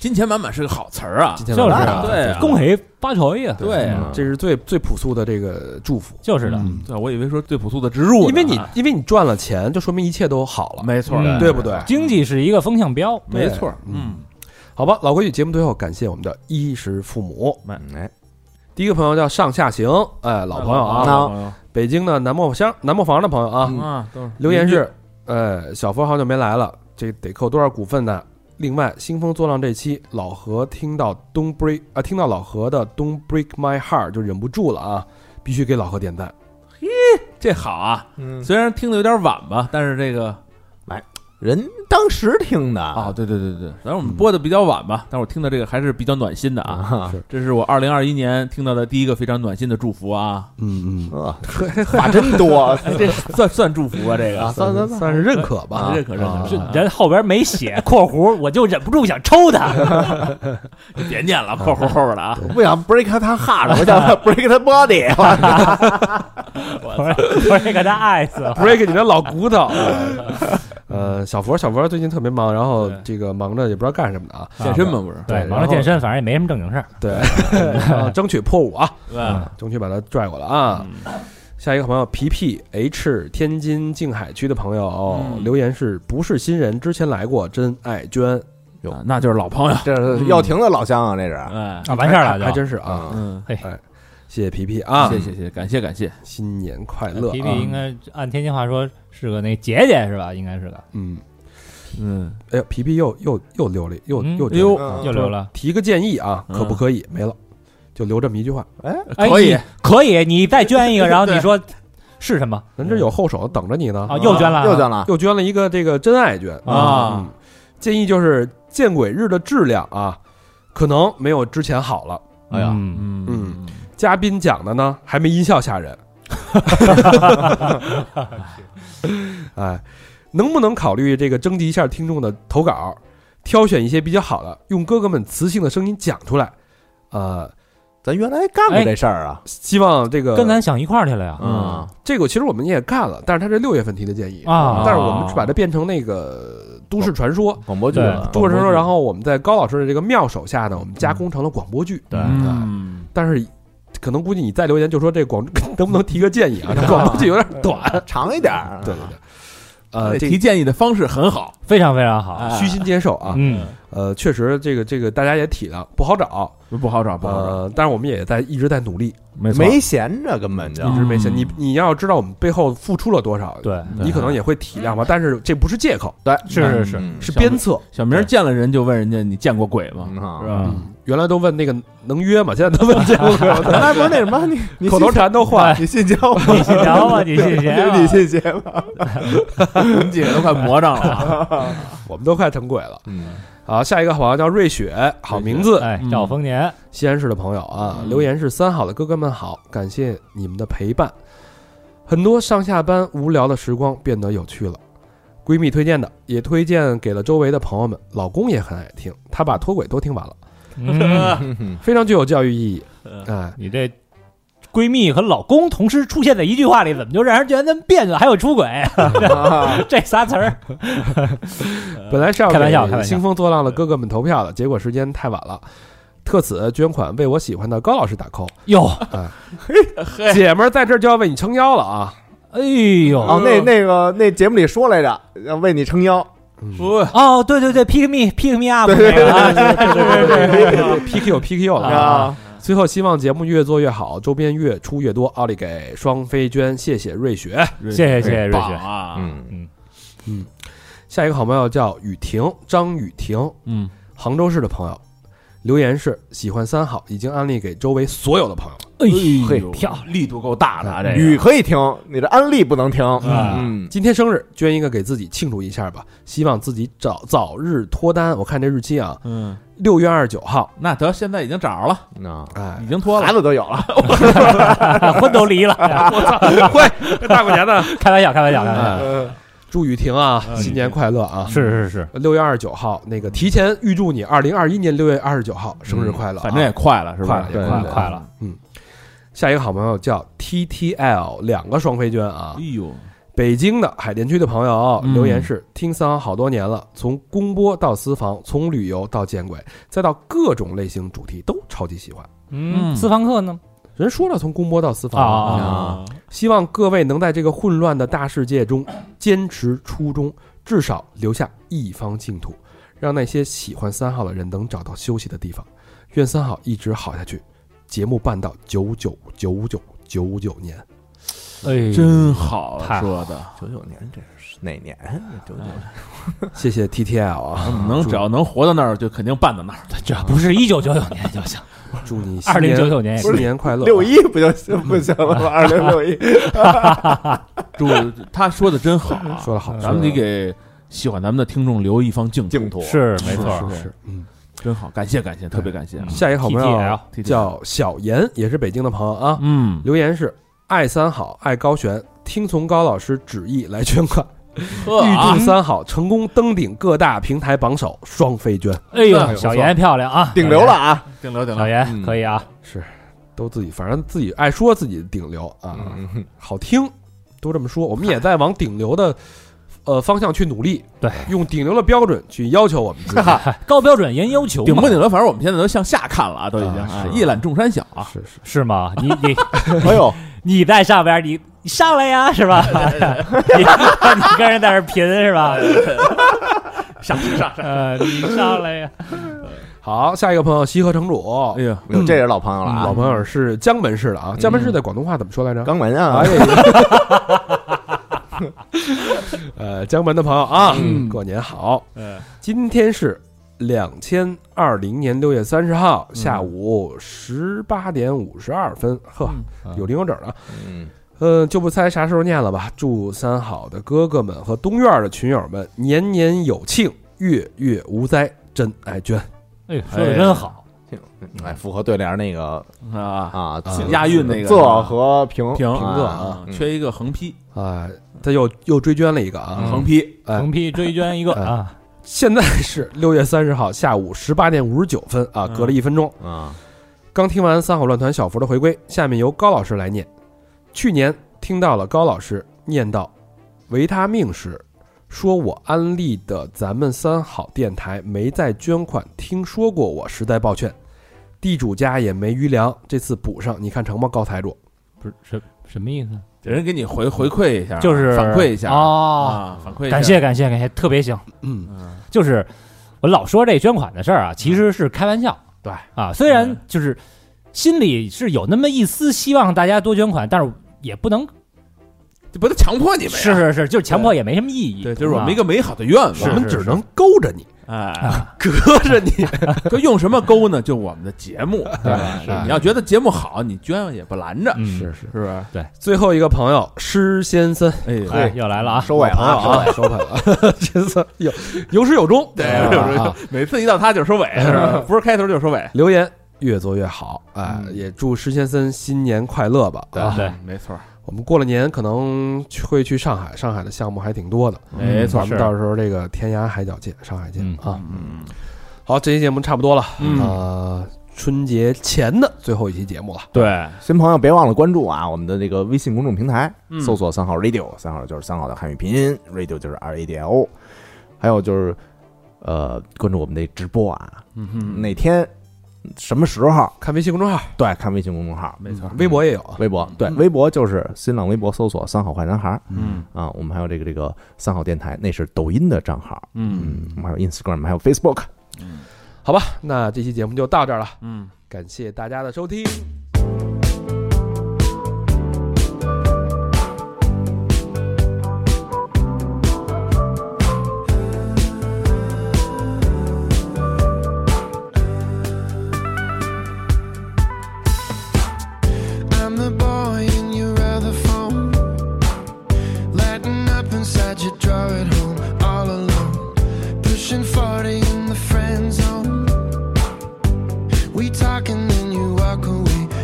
S3: 金钱满满是个好词儿啊
S1: 今，天
S4: 就是
S1: 晚
S4: 啊
S1: 上
S3: 对啊，
S4: 恭喜发财呀！
S3: 对啊，
S2: 嗯
S1: 这是最最朴素的这个祝福，
S4: 就是的，
S1: 嗯
S3: 对，我以为说最朴素的植入呢，
S1: 因为你
S3: 啊
S1: 因为你赚了钱，就说明一切都好了，
S3: 没错，
S4: 嗯
S1: 对不对？
S4: 经济是一个风向标。
S3: 没错，
S1: 嗯
S3: 嗯，
S1: 好吧，老规矩，节目最后感谢我们的衣食父母。
S2: 哎，
S1: 第一个朋友叫上下行，哎，老朋友啊，
S3: 老朋友
S1: 北京的南磨乡南磨房的朋友啊，
S3: 啊，都是
S1: 留言是，
S3: 嗯
S1: 呃，小佛好久没来了，这得扣多少股份呢？另外，兴风作浪这期，老何听到 Don't Break 啊，听到老何的 Don't Break My Heart 就忍不住了啊，必须给老何点赞。
S3: 这好啊，
S2: 嗯，
S3: 虽然听的有点晚吧，但是这个
S2: 来人当时听的
S3: 啊，嗯对对对对，当然我们播的比较晚吧，但是我听的这个还是比较暖心的啊。
S2: 啊，
S3: 这是我二零二一年听到的第一个非常暖心的祝福啊，
S1: 嗯嗯，
S2: 啊话真多，
S3: 这算算祝福哎啊，这个
S2: 啊算算算
S1: 算是认可吧。啊
S3: 认可认可，
S4: 这人后边没 写括弧，我就忍不住想抽他。
S3: 别念了，括弧后边了啊。
S2: 我不想 break 他 heart，我想 break 他 body，
S4: 我我也给他爱死了。
S1: break 你的老骨头。 呃，小佛，小佛最近特别忙，然后这个忙着也不知道干什么的啊。
S3: 健身嘛不是，
S1: 对
S4: 对，忙
S1: 然
S4: 着
S1: 后
S4: 健身，反正也没什么正经事儿。
S1: 对， 然后争取破五啊，
S3: 对嗯吧，
S1: 争取把它拽过来啊。下一个朋友皮皮 H 天津静海区的朋友、
S3: 嗯
S1: 留言是不是新人？之前来过，真爱娟，
S3: 啊那就是老朋友，
S2: 这是药亭的老乡啊，这是
S3: 哎，
S4: 啊，完事儿
S1: 还
S4: 了
S1: 还
S4: 就。
S1: 真是啊！
S3: 嗯，
S1: 谢谢皮皮啊，
S3: 谢谢哎谢谢，感谢感谢，
S1: 新年快乐
S4: 皮皮
S1: 啊！
S4: 应该按天津话说是个那姐姐是吧？应该是个
S1: 嗯，
S3: 嗯，
S1: 哎呦，皮皮又又又溜了，又
S4: 嗯
S1: 又
S3: 哎呦嗯
S1: 溜了啊
S4: 又留了。
S1: 提个建议啊，可不可以？没了，就留这么一句话。
S3: 可以
S4: 哎你可以，你再捐一个， 然后你说是什么
S1: 咱
S3: 嗯
S1: 这有后手等着你呢
S4: 啊？又捐了，
S2: 又捐了，
S1: 又捐了一个这个真爱捐
S4: 啊
S1: 嗯建议就是《见鬼日》的质量啊，可能没有之前好了。
S4: 哎呀，
S3: 嗯
S1: 嗯嘉宾讲的呢，还没音效吓人。 哎，能不能考虑这个征集一下听众的投稿，挑选一些比较好的，用哥哥们磁性的声音讲出来？呃，
S2: 咱原来干过这事儿啊，
S1: 希望这个
S4: 跟咱想一块儿去了呀？
S3: 嗯，
S1: 这个其实我们也干了，但是他这六月份提的建议
S4: 啊
S1: 但是我们把它变成那个都市传说，
S2: 广播剧了，
S1: 都市传说，然后我们在高老师的这个妙手下呢，我们加工成了广播剧，啊
S2: 对
S3: 嗯
S1: 但是。可能估计你再留言就说这广 能不能提个建议啊？这广播剧有点短，
S2: 长一点儿，
S1: 对对对，呃，这
S3: 提建议的方式很好，
S4: 非常非常好，
S1: 虚心接受啊，
S4: 嗯，
S1: 呃，确实这个这个大家也体谅，不好找，
S3: 不好找，不好找，
S1: 呃，但是我们也在一直在努力，
S3: 没错，
S2: 没闲着根本就
S1: 一直没钱。
S3: 嗯
S1: 你你要知道我们背后付出了多少，
S4: 对，
S1: 你可能也会体谅吧，但是这不是借口，
S2: 对，
S4: 是是是，
S2: 嗯
S1: 是鞭策。
S3: 小明见了人就问人家你见过鬼吗？
S2: 嗯
S3: 是
S2: 啊，
S3: 吧？
S1: 嗯，原来都问那个能约吗？现在都问见 过没
S2: 原来不是那什么，你你
S1: 口头禅都换
S2: 你信教吗？
S4: 你信聊吧，你信谁
S2: 你
S4: 啊？
S2: 信邪吗？
S3: 我
S1: 嗯
S3: 们几个都快魔怔了 啊，
S1: 我们都快成鬼了。
S2: 嗯，
S1: 好，下一个好像叫瑞雪，好名字，
S4: 哎，
S3: 嗯
S4: 赵丰年，
S1: 西安市的朋友啊，
S3: 嗯
S1: 留言是三好的哥哥们好，感谢你们的陪伴，很多上下班无聊的时光变得有趣了。闺蜜推荐的，也推荐给了周围的朋友们，老公也很爱听，他把脱轨都听完了，
S4: 嗯，
S1: 非常具有教育意义。哎，
S4: 你这。闺蜜和老公同时出现在一句话里，怎么就让人觉得那么别扭？还有出轨 这仨词儿，
S1: 本来是要
S4: 开玩笑开
S1: 给
S4: 玩笑
S1: 兴风作浪的哥哥们投票的，结果时间太晚了，特此捐款为我喜欢的高老师打 call。
S4: 哟，
S1: 姐们儿在这儿就要为你撑腰了啊！
S4: 哎呦，
S2: 哦，那那个那节目里说来着，要为你撑腰，
S3: 不，
S4: 哦，对对对，pick me，pick me up，
S2: 对对对
S4: 那个啊是是是是是
S1: PQ PQ 了
S2: 啊！
S1: 最后希望节目越做越好，周边越出越多。奥利给双飞娟，谢谢瑞雪。
S4: 谢谢谢谢瑞
S3: 棒
S4: 雪，
S3: 啊，
S2: 嗯
S1: 下一个好朋友叫雨婷，张雨婷，
S3: 嗯，
S1: 杭州市的朋友，留言是喜欢三好，已经安利给周围所有的朋友了。
S4: 哎呦
S3: 嘿，
S4: 漂
S3: 力度够大的啊，这
S2: 雨
S3: 个
S2: 可以听，你这安利不能听。嗯，
S1: 今天生日，捐一个给自己庆祝一下吧，希望自己早早日脱单。我看这日期啊，
S3: 嗯，
S1: 六月二十九号。
S3: 那得现在已经找着了，
S2: 那
S1: 哎
S3: 已，经脱了
S2: 孩，子都有了，
S4: 亮， 婚都离了，
S1: 大过年的，
S4: 开玩笑，开玩笑，开玩笑，
S1: 哎祝雨婷啊，新年快乐啊！
S4: 是是是，
S1: 六月二十九号，那个提前预祝你二零二一年六月二十九号生日快乐啊、
S3: 反正也快了，是吧？
S1: 快了也
S3: 对
S1: 快了
S3: 对
S4: 快了
S1: 下一个好朋友叫 T T L，两个双飞娟啊
S3: 哎，呦，
S1: 北京的海淀区的朋友
S3: 嗯
S1: 留言是：听三好好多年了，从公播到私房，从旅游到见鬼，再到各种类型主题都超级喜欢。
S4: 嗯，
S3: 嗯
S4: 私房课呢？
S1: 人说了，从公播到私
S4: 啊
S1: 房，
S4: 啊
S2: 啊
S1: 希望各位能在这个混乱的大世界中坚持初衷，至少留下一方净土，让那些喜欢三好的人能找到休息的地方。愿三好一直好下去，节目办到九九九九九九年。
S4: 哎，
S3: 真好啊
S4: 太好
S3: 说的，
S2: 九九年这是哪年？九九
S1: 谢谢 T T L 啊，
S4: 嗯
S3: 能只要能活到那儿，就肯定办到那儿。
S4: 这不是一九九九年就行，
S1: 祝你新
S4: 二零
S1: 年
S4: 九九年也
S1: 新年快乐。啊
S2: 六一不就行不行了吗？二零六一，
S3: 祝他说的真好啊，
S1: 说的好，
S3: 咱们得给喜欢咱们的听众留一方净土，
S6: 净土
S4: 是没错儿，
S1: 是是，嗯。
S3: 真好，感谢感谢，特别感谢啊！
S1: 下一个好朋
S4: TTL
S1: 友叫小严，也是北京的朋友啊。
S3: 嗯，
S1: 留言是：爱三好，爱高璇，听从高老师旨意来捐 款，
S3: 嗯
S1: 预祝三好成功登顶各大平台榜首，双飞捐。
S4: 哎
S6: 哎
S4: 呦，
S6: 呦
S4: 小严漂亮啊，
S6: 顶流了啊！
S3: 顶流顶
S4: 小
S3: 流，
S4: 严可以啊，
S1: 是，都自己，反正自己爱说自己顶流啊，
S4: 嗯
S1: 好听，都这么说。我们也在往顶流的呃方向去努力，
S4: 对，
S1: 用顶流的标准去要求我们自 己。
S4: 高标准严要求嘛，
S3: 顶不顶流？反正我们现在都向下看了啊，都已经
S1: 啊
S3: 哎
S1: 是
S3: 一览众山小啊。
S1: 是是，
S4: 是吗？你你
S6: 哎呦，
S4: 你在上边儿，你你上来呀，是吧？ 你你跟人在那儿贫 是吧？
S6: 上上上！
S4: 呃，你上来呀，
S1: 好，下一个朋友西河城主，
S3: 哎呀，
S6: 哟这是老朋友了
S1: 老
S6: 啊，
S1: 朋友是江门市的啊，江门市在广东话怎么说来着？
S6: 肛门啊
S1: 哎！呀，呃，江门的朋友啊，过年好！今天是两千二零年六月三十号下午十八点五十二分，呵，有零有整了。啊
S2: 嗯，
S1: 呃，就不猜啥时候念了吧。祝三好的哥哥们和东院的群友们年年有庆，月月无灾，真爱捐。
S4: 哎呦，说的真好，
S2: 哎，符合对联儿那个
S3: 啊，
S2: 啊，
S3: 押韵那个
S6: 仄和平
S3: 平
S1: 平仄啊
S3: 啊，
S2: 嗯
S3: 缺一个横批，
S1: 啊、他又又追捐了一个啊。
S3: 横批
S1: 哎
S4: 横批追捐一个
S1: 哎
S4: 啊，
S1: 现在是六月三十号下午十八点五十九分啊，隔了一分钟。
S2: 啊，
S1: 刚听完三好乱团小福的回归，下面由高老师来念。去年听到了高老师念到维他命时，说我安利的咱们三好电台没在捐款，听说过我，实在抱歉。地主家也没余粮，这次补上，你看成吗？高财主，
S4: 不是什什么意思？
S3: 给人给你回回馈一下，
S4: 啊
S3: 啊
S4: 就是
S3: 反馈一下
S4: 哦，
S3: 啊，反馈一下
S4: 感谢感谢感谢，特别行。
S1: 嗯，
S3: 嗯
S4: 就是我老说这捐款的事儿啊，其实是开玩笑。
S1: 对
S4: 啊，
S3: 嗯
S4: 虽然就是心里是有那么一丝希望大家多捐款，但是也不能
S3: 这不是强迫你们呀，
S4: 是是是，就是强迫也没什么意义。
S3: 对，就是我们一
S4: 个
S3: 个美好的愿望，
S1: 我们
S4: 是
S1: 只能勾着你，
S3: 哎，
S1: 隔 着你。
S3: 这用什么勾呢？就我们的节目，对
S1: 是
S3: 吧？你要觉得节目好，你捐也不拦着，
S4: 是
S1: 是，
S3: 是不哎是？
S1: 最后一个朋友施先生，
S3: 哎呦，
S4: 哎又来了啊，
S6: 收尾了啊，
S1: 啊，收盘了，这次有有始有终，
S3: 对
S1: 啊
S3: 有始有终
S1: 啊
S3: 每次一到他就收尾，是 吧？不是开头就收尾，
S1: 留言越做越好，哎，也祝施先生新年快乐吧。啊，
S4: 对，
S3: 嗯没错，
S1: 我们过了年可能去会去上海，上海的项目还挺多的，
S3: 没
S1: 咱们
S4: 是
S1: 到时候这个天涯海角见，上海见
S4: 嗯
S1: 啊。
S3: 嗯，
S1: 好，这期节目差不多了，
S3: 嗯
S1: 呃，春节前的最后一期节目了，
S3: 对，
S6: 新朋友别忘了关注啊，我们的这个微信公众平台，
S3: 嗯
S6: 搜索“三号 radio”，三号就是三号的汉语拼音，radio 就是 R A D I O，还有就是呃关注我们的直播啊，
S3: 嗯哼，
S6: 哪天什么时候？
S1: 看微信公众号、
S6: 对，看微信公众号、
S3: 没错，
S4: 嗯
S1: 微博也有啊。
S6: 微博，对，微博就是新浪微博搜索“三好坏男孩儿
S3: 嗯”
S6: 啊，我们还有这个这个三好电台，那是抖音的账号，
S3: 嗯
S6: 嗯，我们还有 Instagram，还有 Facebook。
S1: 好吧，那这期节目就到这儿了，
S3: 嗯，
S1: 感谢大家的收听。
S7: I'm the boy in your other phone. Lighting up inside your drawer at home, all alone. Pushing 40 in the friend zone. We talking, then you walk away. Oh, Oh, Oh, Oh, Mm-hmm.